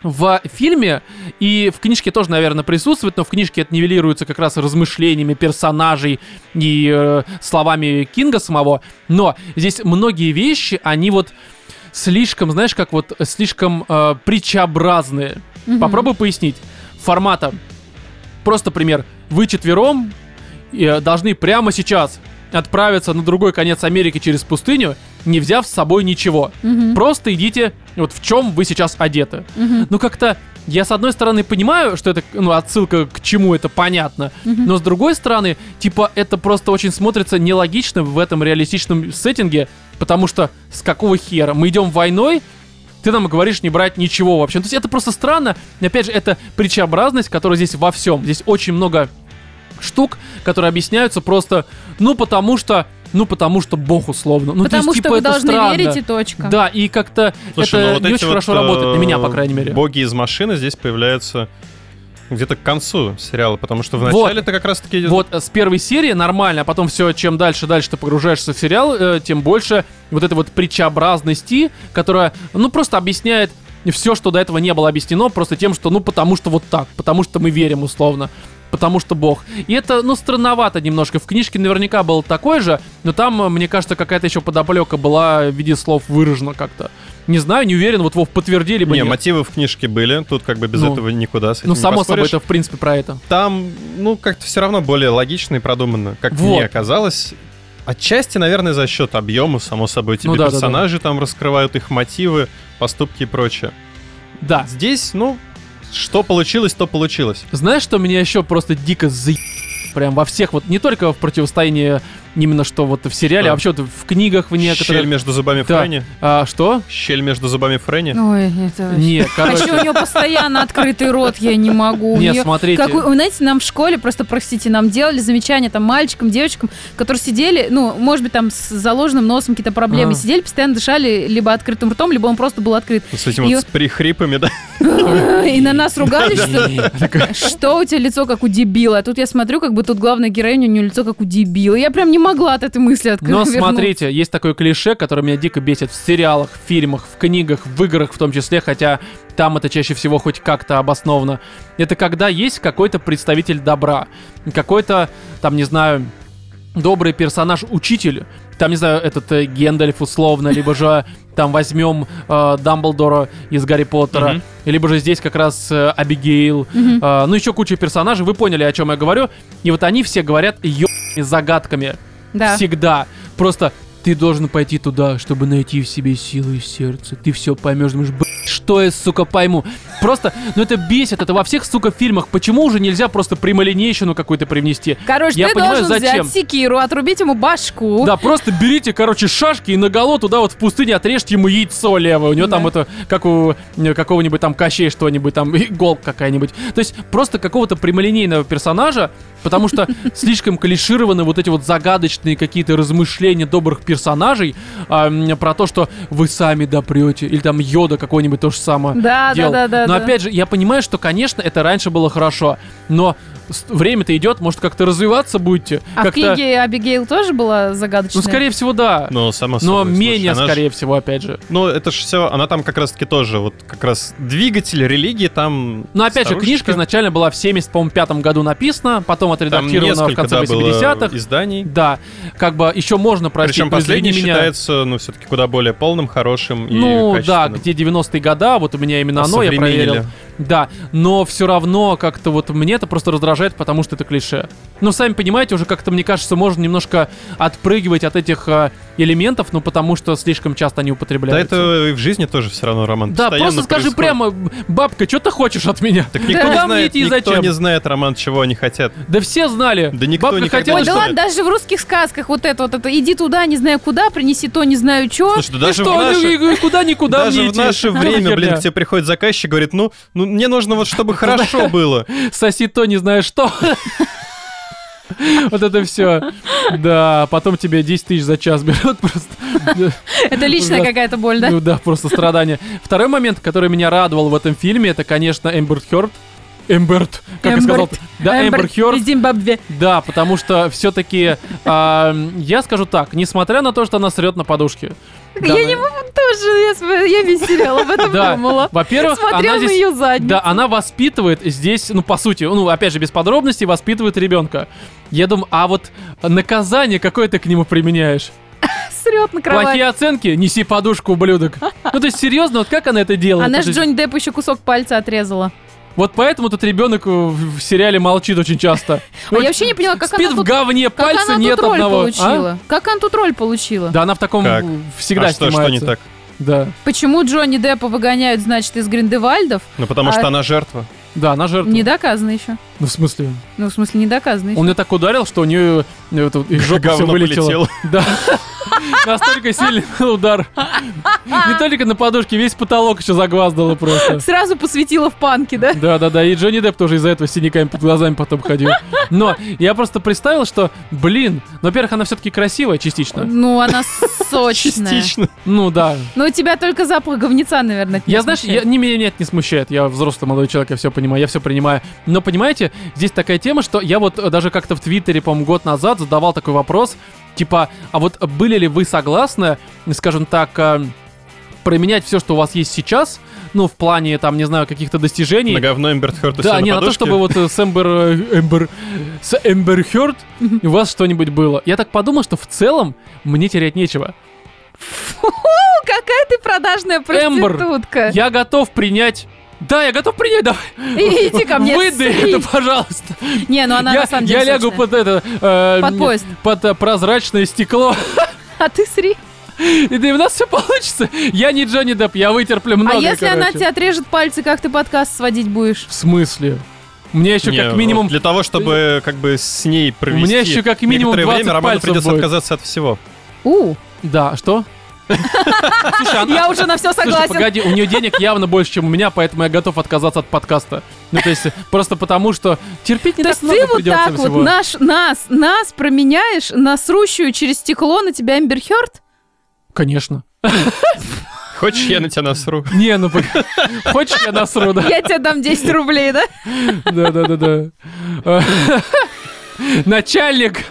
Speaker 1: в фильме и в книжке тоже, наверное, присутствует, но в книжке это нивелируется как раз размышлениями персонажей и э, словами Кинга самого. Но здесь многие вещи, они вот слишком, знаешь, как вот слишком э, притчеобразные.
Speaker 3: Мгм.
Speaker 1: Попробуй пояснить. Формата. Просто пример. Вы четвером э, должны прямо сейчас отправиться на другой конец Америки через пустыню, не взяв с собой ничего.
Speaker 3: Мгм.
Speaker 1: Просто идите, вот в чем вы сейчас одеты.
Speaker 3: Мгм.
Speaker 1: Ну как-то я с одной стороны понимаю, что это ну, отсылка к чему это понятно,
Speaker 3: Мгм.
Speaker 1: но с другой стороны, типа это просто очень смотрится нелогично в этом реалистичном сеттинге, потому что с какого хера мы идем войной, ты нам говоришь не брать ничего вообще. То есть это просто странно. И опять же, это притчеобразность, которая здесь во всем. Здесь очень много штук, которые объясняются просто, ну потому что, ну потому что бог условно. Ну, то
Speaker 3: Потому
Speaker 1: есть,
Speaker 3: что
Speaker 1: типа,
Speaker 3: вы
Speaker 1: это
Speaker 3: должны
Speaker 1: странно.
Speaker 3: верить и точка.
Speaker 1: Да, и как-то
Speaker 2: Слушай,
Speaker 1: это
Speaker 2: ну вот
Speaker 1: не
Speaker 2: эти
Speaker 1: очень
Speaker 2: вот,
Speaker 1: хорошо работает, для меня,
Speaker 2: э,
Speaker 1: по крайней мере.
Speaker 2: Боги из машины здесь появляются где-то к концу сериала, потому что
Speaker 1: Вот.
Speaker 2: вначале это как раз-таки идет...
Speaker 1: Вот э, с первой серии нормально, а потом все, чем дальше, дальше ты погружаешься в сериал, э, тем больше вот этой вот притчеобразности, которая, ну, просто объясняет все, что до этого не было объяснено, просто тем, что, ну, потому что вот так, потому что мы верим условно. Потому что бог. И это, ну, странновато немножко. В книжке наверняка было такое же, но там, э, мне кажется, какая-то еще подоплека была в виде слов выражена как-то. Не знаю, не уверен, вот Вов подтвердили бы.
Speaker 2: Не,
Speaker 1: нет.
Speaker 2: мотивы в книжке были, тут как бы без
Speaker 1: типа, Ну.
Speaker 2: этого никуда с этим
Speaker 1: Ну,
Speaker 2: не
Speaker 1: само собой,
Speaker 2: поспоришь.
Speaker 1: это в принципе про это.
Speaker 2: Там, ну, как-то все равно более логично и продуманно, как
Speaker 1: Вот.
Speaker 2: мне оказалось. Отчасти, наверное, за счет объема, само собой, тебе
Speaker 1: Ну да, да, да.
Speaker 2: персонажи там раскрывают их мотивы, поступки и прочее.
Speaker 1: Да.
Speaker 2: Здесь, ну, что получилось, то получилось.
Speaker 1: Знаешь, что меня еще просто дико за прям во всех, вот не только в противостоянии именно что вот в сериале,
Speaker 2: Что?
Speaker 1: а вообще вот в книгах в
Speaker 2: Щель
Speaker 1: некоторых.
Speaker 2: между зубами
Speaker 1: Да.
Speaker 2: Фрэнни.
Speaker 1: А, что?
Speaker 2: Щель между зубами Фрэнни.
Speaker 3: Ой, это вообще-
Speaker 1: Не,
Speaker 3: Хочу у
Speaker 1: короче.
Speaker 3: нее постоянно открытый рот, я не могу. а У
Speaker 1: Не,
Speaker 3: неё-
Speaker 1: смотрите.
Speaker 3: Как, вы знаете, нам в школе, просто простите, нам делали замечания там мальчикам, девочкам, которые сидели, ну, может быть, там с заложенным носом какие-то проблемы,
Speaker 1: А.
Speaker 3: сидели, постоянно дышали либо открытым ртом, либо он просто был открыт.
Speaker 2: С этим
Speaker 3: И-
Speaker 2: вот с прихрипами, да?
Speaker 3: И на нас ругались, что
Speaker 1: Не, такое-
Speaker 3: что у тебя лицо как у дебила. А тут я смотрю, как бы тут главная героиня, у нее лицо как у дебила. Я прям не могла от этой мысли открыть.
Speaker 1: Но смотрите, есть такое клише, которое меня дико бесит в сериалах, в фильмах, в книгах, в играх в том числе, хотя там это чаще всего хоть как-то обосновано. Это когда есть какой-то представитель добра, какой-то, там, не знаю, добрый персонаж-учитель, там, не знаю, этот э, Гендальф условно, либо же там возьмем э, Дамблдора из Гарри Поттера,
Speaker 2: Мгм.
Speaker 1: либо же здесь как раз э, Абигейл, а, ну, еще куча персонажей, вы поняли, о чем я говорю. И вот они все говорят ебаными загадками.
Speaker 3: Да.
Speaker 1: Всегда. Просто ты должен пойти туда, чтобы найти в себе силу и сердце. Ты все поймешь, думаешь, «Блин, что я, сука, пойму. Просто, ну это бесит, это во всех, сука, фильмах. Почему уже нельзя просто прямолинейщину какую-то привнести?
Speaker 3: Короче,
Speaker 1: Я
Speaker 3: ты
Speaker 1: понимаю,
Speaker 3: должен
Speaker 1: зачем.
Speaker 3: взять секиру, отрубить ему башку.
Speaker 1: Да, просто берите, короче, шашки и наголо туда вот в пустыне отрежьте ему яйцо левое. У него там это, как у э, какого-нибудь там кощей что-нибудь, там иголка какая-нибудь. То есть просто какого-то прямолинейного персонажа, потому что слишком клишированы вот эти вот загадочные какие-то размышления добрых персонажей а, м, про то, что вы сами допрете, или там Йода какой-нибудь то же самое
Speaker 3: Да, да,
Speaker 1: делал.
Speaker 3: да, да.
Speaker 1: Но
Speaker 3: да.
Speaker 1: опять же, я понимаю, что, конечно, это раньше было хорошо, но с- время-то идет, может, как-то развиваться будете.
Speaker 3: А в
Speaker 1: как-то...
Speaker 3: книге Абигейл тоже была
Speaker 1: Ну,
Speaker 3: загадочная?
Speaker 1: скорее всего, да.
Speaker 2: Ну, само собой.
Speaker 1: Но
Speaker 2: слушай,
Speaker 1: менее,
Speaker 2: она ж-
Speaker 1: скорее всего, опять же.
Speaker 2: Ну, это же все, она там как раз-таки тоже, вот как раз двигатель религии там...
Speaker 1: Но опять же,
Speaker 2: старушечка.
Speaker 1: книжка изначально была в 75 году написана, потом
Speaker 2: Там
Speaker 1: отредактирована
Speaker 2: несколько,
Speaker 1: в конце
Speaker 2: да, было
Speaker 1: 80-х.
Speaker 2: изданий.
Speaker 1: Да, как бы еще можно простить,
Speaker 2: Причем
Speaker 1: но извини
Speaker 2: последний
Speaker 1: меня.
Speaker 2: считается, ну, все-таки куда более полным, хорошим и
Speaker 1: Ну да,
Speaker 2: качественным.
Speaker 1: где 90-е года, вот у меня именно оно, я
Speaker 2: Осовременили.
Speaker 1: проверил. Да, но все равно как-то вот мне это просто раздражает, потому что это клише. Ну, сами понимаете, уже как-то, мне кажется, можно немножко отпрыгивать от этих э, элементов, ну, потому что слишком часто они
Speaker 2: Да
Speaker 1: употребляются.
Speaker 2: это и в жизни тоже все равно, Роман.
Speaker 1: Да,
Speaker 2: постоянно
Speaker 1: просто скажи
Speaker 2: происходит.
Speaker 1: прямо, бабка, что ты хочешь от меня?
Speaker 2: Так
Speaker 1: Куда
Speaker 2: никто, не
Speaker 1: мне
Speaker 2: знает,
Speaker 1: идти и
Speaker 2: никто
Speaker 1: зачем?
Speaker 2: не знает, Роман, чего они хотят.
Speaker 1: Да все знали.
Speaker 2: Да никто
Speaker 1: Бабка
Speaker 2: никогда
Speaker 1: хотела,
Speaker 3: Ой,
Speaker 2: что ли?
Speaker 3: да ладно, даже в русских сказках вот это вот это иди туда, не знаю куда, принеси то, не знаю что.
Speaker 2: Слушай, да
Speaker 1: Ты
Speaker 2: даже
Speaker 1: что,
Speaker 2: в наше...
Speaker 1: ну, и- и куда никуда
Speaker 2: Даже
Speaker 1: мне
Speaker 2: в
Speaker 1: идти?
Speaker 2: наше
Speaker 1: Что за
Speaker 2: время, блин,
Speaker 1: херня?
Speaker 2: к тебе приходит заказчик, говорит, ну, ну мне нужно вот, чтобы хорошо было.
Speaker 1: Соси то, не знаю что. Вот это все. Да, потом тебе 10 тысяч за час берут просто.
Speaker 3: Это личная
Speaker 1: ужасно.
Speaker 3: какая-то боль, да?
Speaker 1: Ну да, просто страдания. Второй момент, который меня радовал в этом фильме, это, конечно, Эмберт Хёрд. Эмберт, как я сказал.
Speaker 3: Эмберт.
Speaker 1: Да, Эмбер Хёрд.
Speaker 3: из Зимбабве.
Speaker 1: Да, потому что все-таки, я скажу так, несмотря на то, что она срет на подушке.
Speaker 3: Я не Тоже я, см- я весь сериал об этом
Speaker 1: Да,
Speaker 3: думала.
Speaker 1: во-первых,
Speaker 3: Смотрела
Speaker 1: она
Speaker 3: на
Speaker 1: здесь
Speaker 3: ее задницу.
Speaker 1: Да, она воспитывает здесь, ну, по сути, ну, опять же, без подробностей, воспитывает ребенка. Я думаю, а вот наказание какое ты к нему применяешь?
Speaker 3: Срет на кровать.
Speaker 1: Плохие оценки? Неси подушку, ублюдок. Ну, то есть, серьезно, вот как она это делает?
Speaker 3: Она
Speaker 1: То
Speaker 3: же
Speaker 1: есть,
Speaker 3: Джонни Депп еще кусок пальца отрезала.
Speaker 1: Вот поэтому этот ребенок в в сериале молчит очень часто.
Speaker 3: А
Speaker 1: Вот
Speaker 3: я вообще не поняла, как
Speaker 1: Спит
Speaker 3: она
Speaker 1: в
Speaker 3: тут,
Speaker 1: говне,
Speaker 3: как
Speaker 1: пальца
Speaker 3: она
Speaker 1: нет
Speaker 3: тут роль
Speaker 1: одного. А?
Speaker 3: получила. Как она тут роль получила?
Speaker 1: Да, она в таком
Speaker 2: Как?
Speaker 1: э, всегда
Speaker 2: а что, что
Speaker 1: снимается.
Speaker 2: не так?
Speaker 1: Да,
Speaker 3: Почему Джонни Деппа выгоняют, значит, из Гриндевальдов?
Speaker 2: Ну, потому
Speaker 3: А-
Speaker 2: что она жертва.
Speaker 1: да, она жертва.
Speaker 3: Не доказано еще.
Speaker 1: Ну, в смысле?
Speaker 3: Ну, в смысле, не доказано еще.
Speaker 1: Он ее так ударил, что у нее э, вот тут из жопы все
Speaker 2: Говно
Speaker 1: вылетело.
Speaker 2: полетело.
Speaker 1: Да. Настолько сильный был удар. Не только на подушке, весь потолок еще загваздало просто.
Speaker 3: Сразу посвятила в панке, да?
Speaker 1: Да, да, да. И Джонни Депп тоже из-за этого с синяками под глазами потом ходил. Но я просто представил, что, блин, ну, во-первых, она все-таки красивая частично.
Speaker 3: Ну, она сочная.
Speaker 2: Частично.
Speaker 1: Ну да.
Speaker 3: Но у тебя только запах говнеца, наверное, тебя
Speaker 1: Я, знаешь, я,
Speaker 3: смущает.
Speaker 1: не, меня нет, не смущает. Я взрослый молодой человек, я все понимаю, я все принимаю. Но понимаете, здесь такая тема, что я вот э, даже как-то в Твиттере, по-моему, год назад задавал такой вопрос, типа, а вот были ли вы согласны, скажем так, э, променять все, что у вас есть сейчас, ну, в плане, там, не знаю, каких-то достижений.
Speaker 2: На говно Эмберт Хёрд у себя
Speaker 1: Да, не на то,
Speaker 2: подушке.
Speaker 1: чтобы вот э, с Эмбер... э, Эмбер- С Эмбер Хёрд у вас что-нибудь было. Я так подумал, что в целом мне терять нечего.
Speaker 3: Фу, Ну, какая ты продажная
Speaker 1: Эмбер,
Speaker 3: проститутка.
Speaker 1: Я готов принять... Да, я готов принять, давай.
Speaker 3: И- Иди ко мне.
Speaker 1: Выдай
Speaker 3: сри.
Speaker 1: это, пожалуйста.
Speaker 3: Не, ну она
Speaker 1: я
Speaker 3: на самом деле
Speaker 1: я лягу
Speaker 3: сочная.
Speaker 1: под это... э,
Speaker 3: Под
Speaker 1: м,
Speaker 3: поезд.
Speaker 1: Под э, прозрачное стекло.
Speaker 3: А ты сри.
Speaker 1: И да, и у нас все получится. Я не Джонни Депп, я вытерплю много,
Speaker 3: А если она
Speaker 1: короче.
Speaker 3: тебе отрежет пальцы, как ты подкаст сводить будешь?
Speaker 1: В смысле? Мне еще
Speaker 2: Не, ну,
Speaker 1: как минимум...
Speaker 2: Для того, чтобы как бы с ней провести...
Speaker 1: меня еще как минимум
Speaker 2: некоторое
Speaker 1: 20
Speaker 2: время Роману
Speaker 1: пальцев
Speaker 2: придется
Speaker 1: будет.
Speaker 2: отказаться от всего.
Speaker 3: У,
Speaker 1: Да, что? Слушай, она-
Speaker 3: я уже на все
Speaker 1: Слушай,
Speaker 3: согласен.
Speaker 1: погоди, у нее денег явно больше, чем у меня, поэтому я готов отказаться от подкаста. Ну, то есть, просто потому что терпеть не
Speaker 3: То
Speaker 1: так
Speaker 3: есть ты
Speaker 1: много
Speaker 3: вот
Speaker 1: придется
Speaker 3: так вот
Speaker 1: всего.
Speaker 3: наш, нас, нас променяешь на срущую через стекло на тебя Эмбер Хёрд?
Speaker 1: Конечно.
Speaker 2: Хочешь, я на тебя насру?
Speaker 1: Не, ну, пог- хочешь, я насру, да?
Speaker 3: Я тебе дам 10 рублей, да?
Speaker 1: Да-да-да-да. Э, Начальник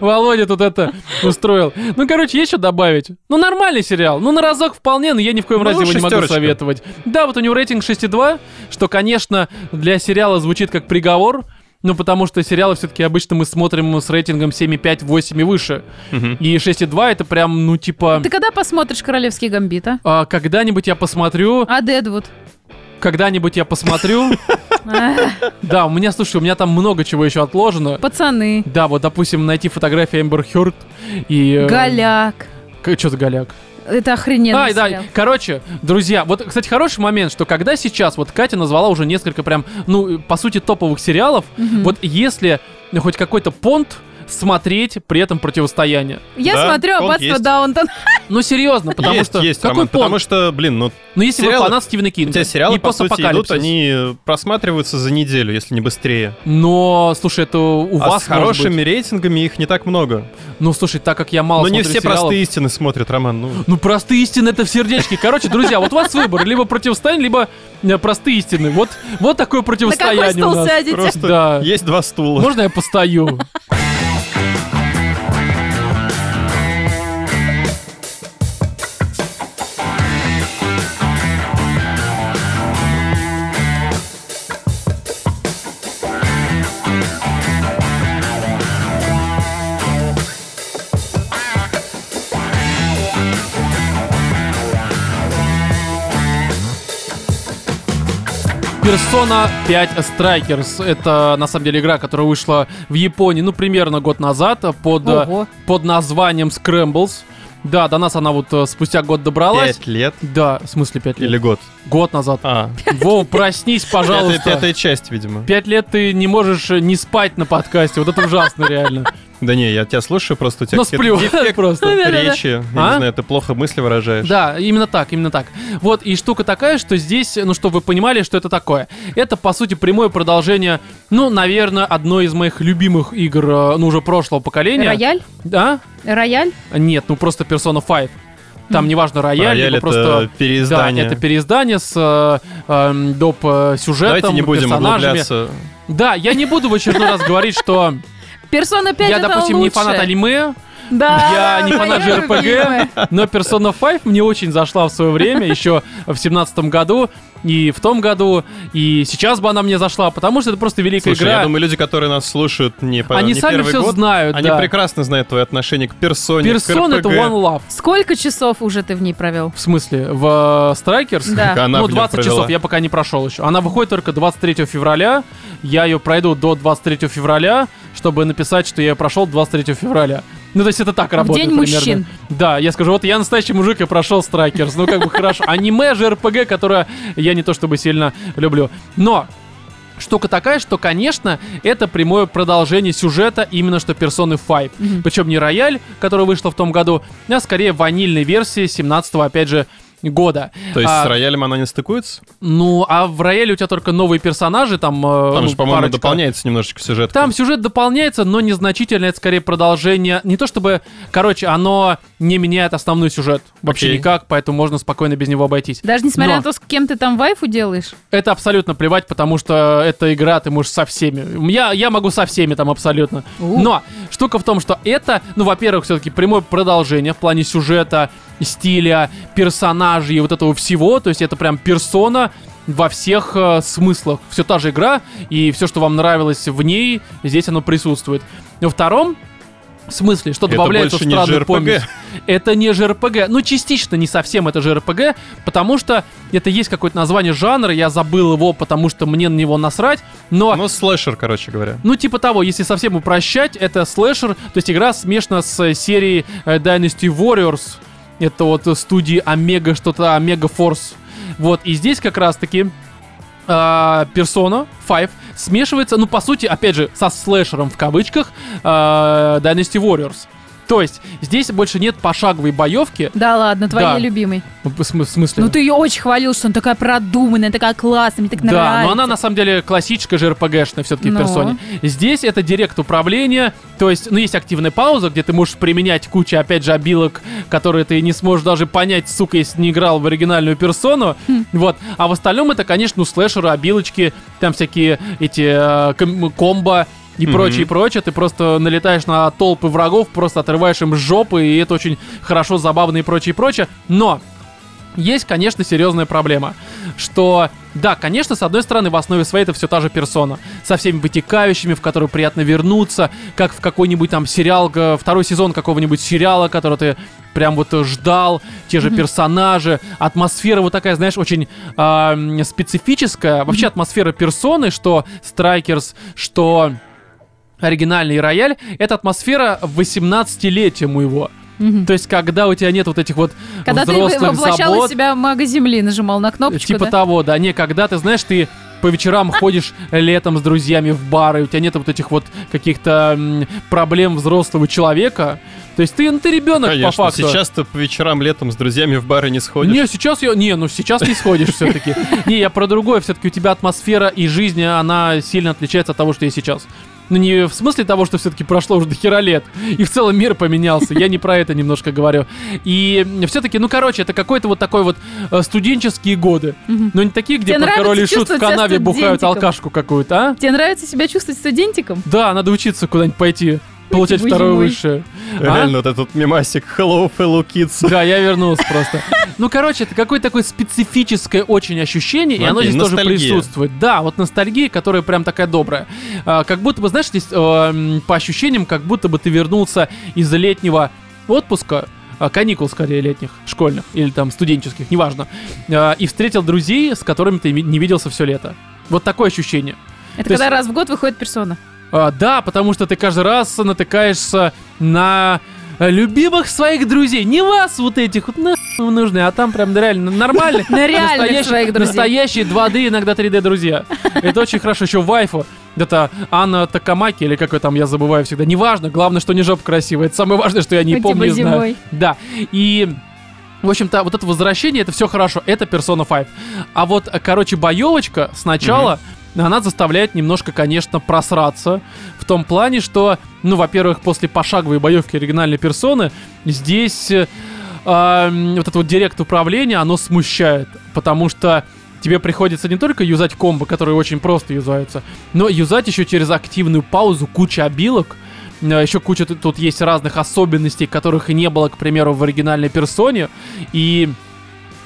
Speaker 1: Володя тут это устроил. Ну, короче, есть что добавить? Ну, нормальный сериал. Ну, на разок вполне, но я ни в коем
Speaker 2: Ну,
Speaker 1: разе его не могу
Speaker 2: шестерочка.
Speaker 1: советовать. Да, вот у него рейтинг 6,2, что, конечно, для сериала звучит как приговор, ну, потому что сериалы все-таки обычно мы смотрим с рейтингом 7,5, 8 и выше.
Speaker 2: Мгм.
Speaker 1: И 6,2 это прям, ну, типа...
Speaker 3: Ты когда посмотришь «Королевский гамбит», а?
Speaker 1: а, когда-нибудь я посмотрю,
Speaker 3: А Дедвуд?
Speaker 1: когда-нибудь я посмотрю.
Speaker 3: Эх,
Speaker 1: Да, у меня, слушай, у меня там много чего еще отложено.
Speaker 3: Пацаны.
Speaker 1: Да, вот, допустим, найти фотографии Эмбер Хёрд и... э,
Speaker 3: Голяк.
Speaker 1: к- чё за голяк?
Speaker 3: Это охрененно.
Speaker 1: Ай, да, короче, друзья, вот, кстати, хороший момент, что когда сейчас, вот Катя назвала уже несколько прям, ну, э, по сути, топовых сериалов, вот если ну, хоть какой-то понт смотреть при этом противостояние.
Speaker 3: Я
Speaker 2: Да,
Speaker 3: смотрю
Speaker 2: он
Speaker 3: «Аббатство
Speaker 2: есть.
Speaker 3: Даунтон».
Speaker 1: Ну, серьезно, потому
Speaker 2: есть,
Speaker 1: что...
Speaker 2: есть,
Speaker 1: какой
Speaker 2: Роман,
Speaker 1: понт?
Speaker 2: потому что, блин, ну,
Speaker 1: Ну, если
Speaker 2: сериалы-
Speaker 1: вы фанат Стивена
Speaker 2: у
Speaker 1: Кинга
Speaker 2: тебя сериалы,
Speaker 1: и
Speaker 2: по сути, идут,
Speaker 1: постапокалипсис.
Speaker 2: они просматриваются за неделю, если не быстрее.
Speaker 1: Но, слушай, это у
Speaker 2: а
Speaker 1: вас
Speaker 2: с
Speaker 1: может
Speaker 2: хорошими
Speaker 1: быть.
Speaker 2: рейтингами их не так много.
Speaker 1: Ну, слушай, так как я мало
Speaker 2: Но не
Speaker 1: смотрю
Speaker 2: все
Speaker 1: сериалов-
Speaker 2: простые истины смотрят, Роман. Ну,
Speaker 1: Ну, простые истины это в сердечке. Короче, друзья, вот у вас выбор. Либо противостояние, либо э, простые истины. Вот, вот такое
Speaker 3: На какой
Speaker 1: противостояние у
Speaker 3: стол
Speaker 1: нас.
Speaker 3: сядете?
Speaker 2: просто
Speaker 1: Да.
Speaker 2: есть два стула.
Speaker 1: Можно я постою? Persona 5 Strikers. Это, на самом деле, игра, которая вышла в Японии, ну, примерно год назад, э, под, э,
Speaker 3: Ого.
Speaker 1: под названием Scrambles. Да, до нас она вот э, спустя год добралась.
Speaker 2: Пять лет
Speaker 1: Да, в смысле 5 лет?
Speaker 2: или год.
Speaker 1: Год назад.
Speaker 2: А,
Speaker 1: Вова, проснись,
Speaker 2: пятая,
Speaker 1: пожалуйста.
Speaker 2: пятая часть, видимо.
Speaker 1: Пять лет ты не можешь э, не спать на подкасте. Вот это ужасно, реально.
Speaker 2: Да не, я тебя слушаю, просто у тебя
Speaker 1: Ну,
Speaker 2: какие-то
Speaker 1: сплю
Speaker 2: дефекты
Speaker 1: просто.
Speaker 3: Да-да-да.
Speaker 2: речи. Я
Speaker 1: А?
Speaker 2: не знаю, ты плохо мысли выражаешь.
Speaker 1: Да, именно так, именно так. Вот, и штука такая, что здесь, ну, чтобы вы понимали, что это такое. Это, по сути, прямое продолжение, ну, наверное, одной из моих любимых игр, э, ну, уже прошлого поколения.
Speaker 3: Рояль?
Speaker 1: Да?
Speaker 3: Рояль?
Speaker 1: Нет, ну, просто Persona 5. Там неважно, рояль,
Speaker 2: Рояль
Speaker 1: либо
Speaker 2: это
Speaker 1: просто...
Speaker 2: переиздание.
Speaker 1: Да, это переиздание с э, эм, доп. э, сюжетом,
Speaker 2: Давайте не будем
Speaker 1: персонажами.
Speaker 2: углубляться.
Speaker 1: Да, я не буду в очередной раз говорить, что
Speaker 3: Персона 5
Speaker 1: я,
Speaker 3: это
Speaker 1: допустим, не
Speaker 3: лучше.
Speaker 1: фанат аниме,
Speaker 3: Да,
Speaker 1: Я не
Speaker 3: моя
Speaker 1: фанат
Speaker 3: любимая.
Speaker 1: РПГ, но Persona 5 мне очень зашла в свое время, еще в семнадцатом году, и в том году, и сейчас бы она мне зашла, потому что это просто великая
Speaker 2: Слушай, я
Speaker 1: игра.
Speaker 2: думаю, люди, которые нас слушают не, по-
Speaker 1: Они
Speaker 2: не
Speaker 1: сами
Speaker 2: первый
Speaker 1: все
Speaker 2: год,
Speaker 1: знают,
Speaker 2: они
Speaker 1: да.
Speaker 2: прекрасно знают твое отношение к персоне,
Speaker 1: Персон
Speaker 2: к
Speaker 1: это
Speaker 2: RPG.
Speaker 1: One Love.
Speaker 3: Сколько часов уже ты в ней провел?
Speaker 1: В э, смысле, в Страйкерс?
Speaker 3: Да.
Speaker 2: Так она
Speaker 1: ну,
Speaker 2: в нём
Speaker 1: 20
Speaker 2: провела.
Speaker 1: часов я пока не прошел еще. Она выходит только 23 февраля. Я ее пройду до 23 февраля, чтобы написать, что я ее прошел 23 февраля. Ну, то есть это так работает.
Speaker 3: День
Speaker 1: примерно.
Speaker 3: мужчин.
Speaker 1: Да, я скажу, вот я настоящий мужик и прошел Страйкерс. Ну, как бы хорошо. Аниме же РПГ, которое я не то чтобы сильно люблю. Но Штука такая, что, конечно, это прямое продолжение сюжета именно что Persona 5.
Speaker 3: Мгм.
Speaker 1: Причем не рояль, который вышла в том году, а скорее ванильной версии 17-го, опять же, года.
Speaker 2: То есть
Speaker 1: А,
Speaker 2: с роялем она не стыкуется?
Speaker 1: Ну, а в рояле у тебя только новые персонажи, там... э,
Speaker 2: Там
Speaker 1: ну,
Speaker 2: же, по-моему,
Speaker 1: парочка.
Speaker 2: дополняется немножечко сюжет.
Speaker 1: Там сюжет дополняется, но незначительно, это скорее продолжение. Не то чтобы, короче, оно не меняет основной сюжет вообще
Speaker 2: Окей.
Speaker 1: никак, поэтому можно спокойно без него обойтись.
Speaker 3: Даже несмотря
Speaker 1: Но.
Speaker 3: на то, с кем ты там вайфу делаешь.
Speaker 1: Это абсолютно плевать, потому что эта игра, ты можешь со всеми. Я, я могу со всеми там абсолютно.
Speaker 3: У.
Speaker 1: Но штука в том, что это, ну, во-первых, все-таки прямое продолжение в плане сюжета, стиля, персонажей и вот этого всего. То есть это прям персона во всех э, смыслах. Все та же игра, и все, что вам нравилось в ней, здесь оно присутствует. Во втором смысле, что
Speaker 2: Это
Speaker 1: добавляется в
Speaker 2: больше не
Speaker 1: странную
Speaker 2: JRPG.
Speaker 1: помесь. Это не JRPG. Ну, частично не совсем это JRPG, потому что это есть какое-то название жанра, я забыл его, потому что мне на него насрать, но...
Speaker 2: Ну, слэшер, короче говоря.
Speaker 1: Ну, типа того, если совсем упрощать, это слэшер, то есть игра смешана с э, серией э, Dynasty Warriors, это вот э, студии Омега, что-то Омега Force. Вот, и здесь как раз-таки э, Persona 5 смешивается, ну, по сути, опять же, со слэшером в кавычках э, Dynasty Warriors. То есть здесь больше нет пошаговой боевки,
Speaker 3: Да ладно, твоей
Speaker 1: Да.
Speaker 3: любимой.
Speaker 1: в смы- в смысле...
Speaker 3: Ну ты ее очень хвалил, что она такая продуманная, такая классная, мне так
Speaker 1: Да,
Speaker 3: нравится.
Speaker 1: но она на самом деле классическая же РПГшная все-таки в
Speaker 3: Ну.
Speaker 1: персоне. Здесь это директ управления, то есть, ну, есть активная пауза, где ты можешь применять кучу, опять же, обилок, которые ты не сможешь даже понять, сука, если не играл в оригинальную персону.
Speaker 3: Хм.
Speaker 1: Вот. А в остальном это, конечно, ну, слэшеры, обилочки, там всякие эти э, ком- комбо и
Speaker 2: Мгм.
Speaker 1: прочее, и прочее. Ты просто налетаешь на толпы врагов, просто отрываешь им жопы, и это очень хорошо, забавно и прочее, и прочее. Но есть, конечно, серьезная проблема, что, да, конечно, с одной стороны, в основе своей это все та же персона, со всеми вытекающими, в которую приятно вернуться, как в какой-нибудь там сериал, г- второй сезон какого-нибудь сериала, который ты прям вот э, ждал, те же персонажи, атмосфера вот такая, знаешь, очень а, м, специфическая, вообще атмосфера персоны, что Страйкерс, что оригинальный рояль, это атмосфера 18-летия моего.
Speaker 3: Мгм.
Speaker 1: То есть, когда у тебя нет вот этих вот
Speaker 3: Когда ты
Speaker 1: взрослых
Speaker 3: воплощал
Speaker 1: забот,
Speaker 3: из себя мага земли, нажимал на кнопочку,
Speaker 1: Типа
Speaker 3: да? А.
Speaker 1: того, да. Не, когда ты, знаешь, ты по вечерам ходишь летом с друзьями в бары, у тебя нет вот этих вот каких-то м, проблем взрослого человека. То есть ты, ну, ты ребенок по
Speaker 2: Конечно,
Speaker 1: факту.
Speaker 2: сейчас ты по вечерам летом с друзьями в бары не сходишь.
Speaker 1: Не, сейчас я... Не, ну сейчас не сходишь все-таки. Не, я про другое. Все-таки у тебя атмосфера и жизнь, она сильно отличается от того, что есть сейчас. Ну не в смысле того, что все-таки прошло уже до хера лет. И в целом мир поменялся. Я не про это немножко говорю. И все-таки, ну короче, это какой-то вот такой вот э, студенческие годы.
Speaker 3: Мгм.
Speaker 1: Но не такие, где
Speaker 3: Тебе
Speaker 1: про
Speaker 3: нравится
Speaker 1: король и шут в
Speaker 3: чувствовать себя
Speaker 1: канаве бухают
Speaker 3: студентиком?
Speaker 1: алкашку какую-то, а?
Speaker 3: Тебе нравится себя чувствовать студентиком?
Speaker 1: Да, надо учиться куда-нибудь пойти. Получать
Speaker 3: Боже
Speaker 1: второе
Speaker 3: мой.
Speaker 1: высшее. А?
Speaker 2: Реально, вот этот мемасик Hello, fellow kids.
Speaker 1: Да, я вернулся просто. Ну, короче, это какое-то такое специфическое очень ощущение, и
Speaker 2: Окей,
Speaker 1: оно здесь тоже
Speaker 2: ностальгия.
Speaker 1: присутствует. Да, вот ностальгия, которая прям такая добрая. А, Как будто бы, знаешь, здесь э, м, по ощущениям, как будто бы ты вернулся из летнего отпуска, а, каникул, скорее, летних, школьных или там студенческих, неважно, а, и встретил друзей, с которыми ты ми- не виделся все лето. Вот такое ощущение.
Speaker 3: Это
Speaker 1: То есть-
Speaker 3: когда раз в год выходит персона.
Speaker 1: А, да, потому что ты каждый раз натыкаешься на э, любимых своих друзей. Не вас вот этих вот нахуй вы нужны, а там прям реально нормально.
Speaker 3: На реальных
Speaker 1: Настоящие-
Speaker 3: своих друзей.
Speaker 1: Настоящие 2D, иногда 3D друзья. Это очень хорошо. Еще вайфу. Это Анна Такамаки или какой там, я забываю всегда. Неважно, главное, что не жопа красивая. Это самое важное, что я не
Speaker 3: Типа
Speaker 1: помню и знаю.
Speaker 3: зимой.
Speaker 1: Да. И... В общем-то, вот это возвращение, это все хорошо, это Persona 5. А вот, э, короче, боевочка сначала, она заставляет немножко, конечно, просраться. В том плане, что, ну, во-первых, после пошаговой боевки оригинальной персоны, здесь э, эм, вот это вот директ управление, оно смущает. Потому что тебе приходится не только юзать комбо, которые очень просто юзаются, но юзать еще через активную паузу куча обилок. Э, Еще куча т- тут есть разных особенностей, которых и не было, к примеру, в оригинальной персоне. И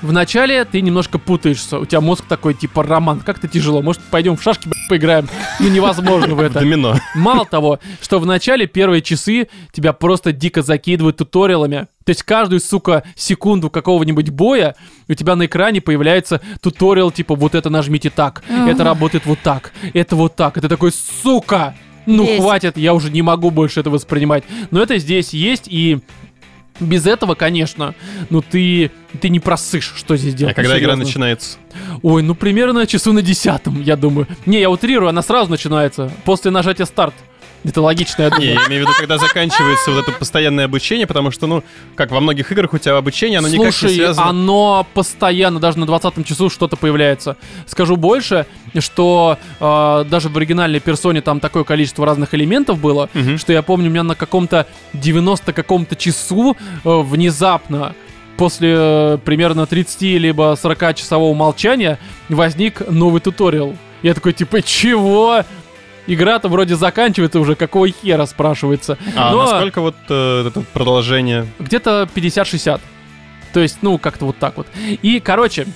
Speaker 1: Вначале ты немножко путаешься. У тебя мозг такой, типа, Роман, как-то тяжело. Может, пойдем в шашки блядь, поиграем? Ну, невозможно в
Speaker 2: В
Speaker 1: это.
Speaker 2: домино.
Speaker 1: Мало того, что в начале первые часы тебя просто дико закидывают туториалами. То есть каждую, сука, секунду какого-нибудь боя у тебя на экране появляется туториал типа вот это нажмите так,
Speaker 3: Ага.
Speaker 1: это работает вот так, это вот так. И ты такой, сука, ну
Speaker 3: Бесит.
Speaker 1: хватит, я уже не могу больше это воспринимать. Но это здесь есть и без этого, конечно, ну ты, ты не просышь, что здесь делать.
Speaker 2: А когда
Speaker 1: ну,
Speaker 2: игра
Speaker 1: серьезно.
Speaker 2: начинается?
Speaker 1: Ой, ну примерно часу на десятом, я думаю. Не, я утрирую, она сразу начинается. После нажатия старт. Это логично, я
Speaker 2: Не,
Speaker 1: думаю.
Speaker 2: я имею в виду, когда заканчивается вот это постоянное обучение, потому что, ну, как во многих играх у тебя обучение, оно никак не
Speaker 1: Слушай,
Speaker 2: связано.
Speaker 1: оно постоянно, даже на 20 часу что-то появляется. Скажу больше, что э, даже в оригинальной персоне там такое количество разных элементов было,
Speaker 2: Мгм.
Speaker 1: что я помню, у меня на каком-то 90 каком-то часу э, внезапно после э, примерно 30 либо 40 часового молчания возник новый туториал. Я такой, типа, чего? Игра-то вроде заканчивается уже, какого хера, спрашивается.
Speaker 2: А
Speaker 1: Но-
Speaker 2: насколько вот э, это продолжение?
Speaker 1: где-то 50-60. То есть, ну, как-то вот так вот. И, короче,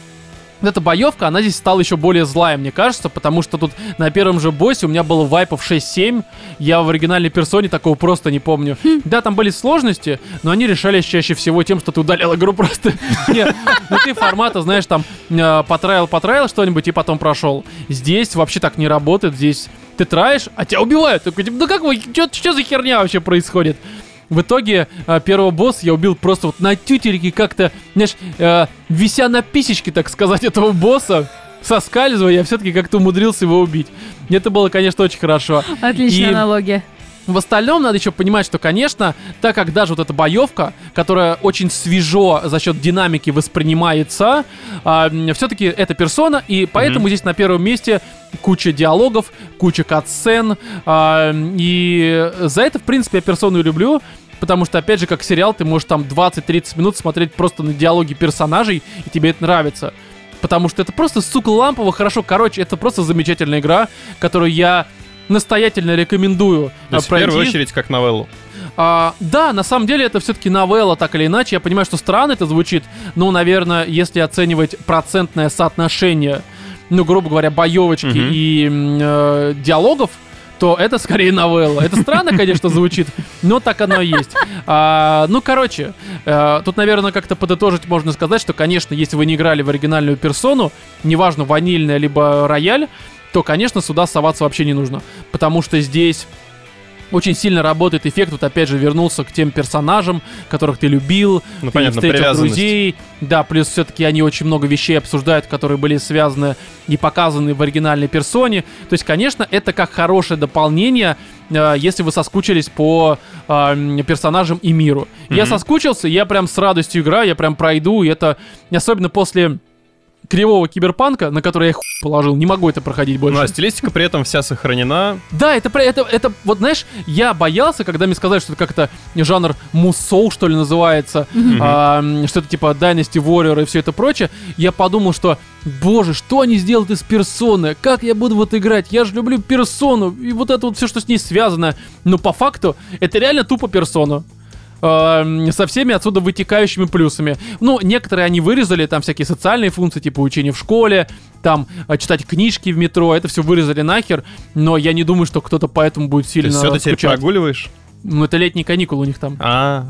Speaker 1: вот эта боевка, она здесь стала еще более злая, мне кажется, потому что тут на первом же боссе у меня было вайпов 6-7, я в оригинальной персоне такого просто не помню. Да, там были сложности, но они решались чаще всего тем, что ты удалял игру просто. Не, ну ты формата, знаешь, там э, потраил-потраил что-нибудь и потом прошел. Здесь вообще так не работает, здесь ты траешь, а тебя убивают. Такой, типа, ну как вы, что за херня вообще происходит? В итоге э, первого босса я убил просто вот на тютельке как-то, знаешь, э, вися на писечке, так сказать, этого босса, соскальзывая, я все-таки как-то умудрился его убить. Это было, конечно, очень хорошо.
Speaker 3: Отличная
Speaker 1: И-
Speaker 3: аналогия.
Speaker 1: В остальном надо еще понимать, что, конечно, так как даже вот эта боевка, которая очень свежо за счет динамики воспринимается, все-таки это персона, и поэтому здесь на первом месте куча диалогов, куча катсцен, а, и за это, в принципе, я персону и люблю, потому что, опять же, как сериал, ты можешь там 20-30 минут смотреть просто на диалоги персонажей, и тебе это нравится. Потому что это просто, сука, лампово, хорошо. Короче, это просто замечательная игра, которую я настоятельно рекомендую
Speaker 2: То есть
Speaker 1: а,
Speaker 2: в первую
Speaker 1: пройти.
Speaker 2: очередь как новеллу.
Speaker 1: А, да, на самом деле это все-таки новелла, так или иначе. Я понимаю, что странно это звучит, но, наверное, если оценивать процентное соотношение, ну, грубо говоря, боевочки
Speaker 2: Мгм.
Speaker 1: и м, э, диалогов, то это скорее новелла. Это странно, конечно, звучит, но так оно и есть. А, ну, короче, э, тут, наверное, как-то подытожить можно сказать, что, конечно, если вы не играли в оригинальную персону, неважно, ванильная либо рояль, то, конечно, сюда соваться вообще не нужно. Потому что здесь очень сильно работает эффект. Вот опять же вернулся к тем персонажам, которых ты любил,
Speaker 2: Ну,
Speaker 1: ты
Speaker 2: понятно,
Speaker 1: встретил
Speaker 2: привязанность.
Speaker 1: друзей. Да, плюс все-таки они очень много вещей обсуждают, которые были связаны и показаны в оригинальной персоне. То есть, конечно, это как хорошее дополнение, э, если вы соскучились по э, м, персонажам и миру. Я
Speaker 2: Мгм.
Speaker 1: соскучился, я прям с радостью играю, я прям пройду, и это особенно после кривого киберпанка, на который я хуй положил, не могу это проходить больше.
Speaker 2: Ну, а стилистика при этом вся сохранена.
Speaker 1: Да, это, про- это, это, вот знаешь, я боялся, когда мне сказали, что это как-то жанр мусоу, что ли, называется, а, м, что это типа Dynasty Warrior и все это прочее, я подумал, что, боже, что они сделают из персоны, как я буду вот играть, я же люблю персону, и вот это вот все, что с ней связано, но по факту это реально тупо персона. А, м, со всеми отсюда вытекающими плюсами. Ну, некоторые они вырезали, там всякие социальные функции, типа учение в школе, там а, читать книжки в метро, это все вырезали нахер, но я не думаю, что кто-то поэтому будет
Speaker 2: То
Speaker 1: сильно
Speaker 2: есть все ты теперь
Speaker 1: скучать.
Speaker 2: прогуливаешь.
Speaker 1: Ну, это летние каникулы у них там.
Speaker 2: А,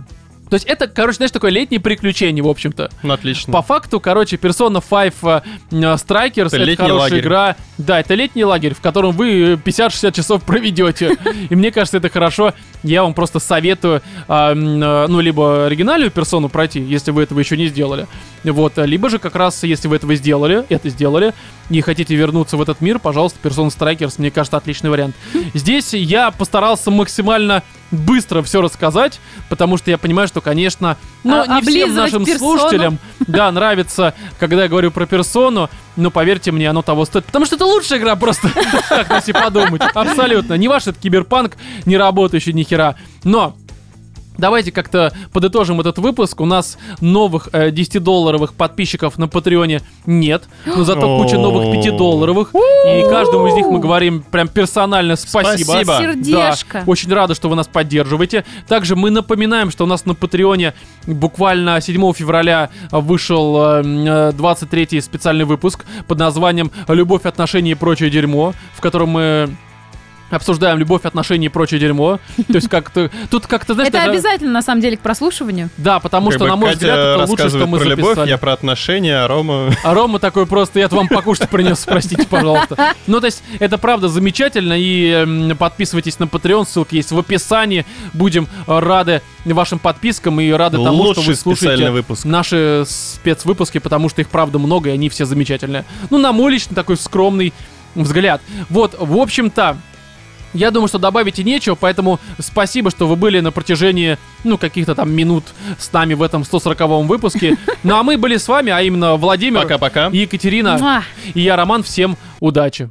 Speaker 1: То есть это, короче, знаешь, такое летнее приключение, в общем-то.
Speaker 2: ну отлично.
Speaker 1: По факту, короче, Persona 5 э, м, Strikers это,
Speaker 2: летний
Speaker 1: хорошая
Speaker 2: лагерь.
Speaker 1: игра. Да, это летний лагерь, в котором вы э, 50-60 часов проведете. И мне кажется, это хорошо. Я вам просто советую, а, м, э, ну, либо оригинальную персону пройти, если вы этого еще не сделали. Вот, э, либо же как раз, если вы этого сделали, это сделали, и хотите вернуться в этот мир, пожалуйста, Persona Strikers, мне кажется, отличный вариант. Здесь я постарался максимально быстро все рассказать, потому что я понимаю, что, конечно, ну,
Speaker 3: А-
Speaker 1: не всем
Speaker 3: облизывать
Speaker 1: нашим
Speaker 3: персону?
Speaker 1: слушателям да, нравится, когда я говорю про персону, но поверьте мне, оно того стоит. Потому что это лучшая игра просто, так если подумать. Абсолютно. Не ваш этот киберпанк, не работающий ни хера. Но Давайте как-то подытожим этот выпуск. У нас новых э, 10-долларовых подписчиков на Патреоне нет, но зато куча новых 5-долларовых. И каждому из них мы говорим прям персонально спасибо.
Speaker 2: Спасибо.
Speaker 1: Да,
Speaker 3: Сердешко.
Speaker 1: очень рады, что вы нас поддерживаете. Также мы напоминаем, что у нас на Патреоне буквально 7 февраля э, вышел э, м, э, 23-й специальный выпуск под названием «Любовь, отношения и прочее дерьмо», в котором мы обсуждаем любовь, отношения и прочее дерьмо. То есть как-то... Тут как-то, знаешь...
Speaker 3: Это
Speaker 1: даже-
Speaker 3: обязательно, на самом деле, к прослушиванию.
Speaker 1: Да, потому
Speaker 2: Как
Speaker 1: что,
Speaker 2: бы
Speaker 1: на мой
Speaker 2: Катя
Speaker 1: взгляд, это лучше,
Speaker 2: рассказывает
Speaker 1: что мы
Speaker 2: про
Speaker 1: записали.
Speaker 2: любовь, я про отношения, а Рома...
Speaker 1: А Рома такой просто, я вам покушать принес, простите, пожалуйста. Ну, то есть, это правда замечательно, и эм, подписывайтесь на Patreon, ссылка есть в описании. Будем э, рады вашим подпискам и рады тому, что вы
Speaker 2: Лучший специальный
Speaker 1: слушаете
Speaker 2: выпуск.
Speaker 1: наши спецвыпуски, потому что их правда много, и они все замечательные. Ну, на мой личный такой скромный взгляд. Вот, в общем-то, я думаю, что добавить и нечего, поэтому спасибо, что вы были на протяжении, ну, каких-то там минут с нами в этом 140-м выпуске. Ну, а мы были с вами, а именно Владимир,
Speaker 2: Пока-пока.
Speaker 1: и Екатерина,
Speaker 3: Муа.
Speaker 1: и я, Роман. Всем удачи!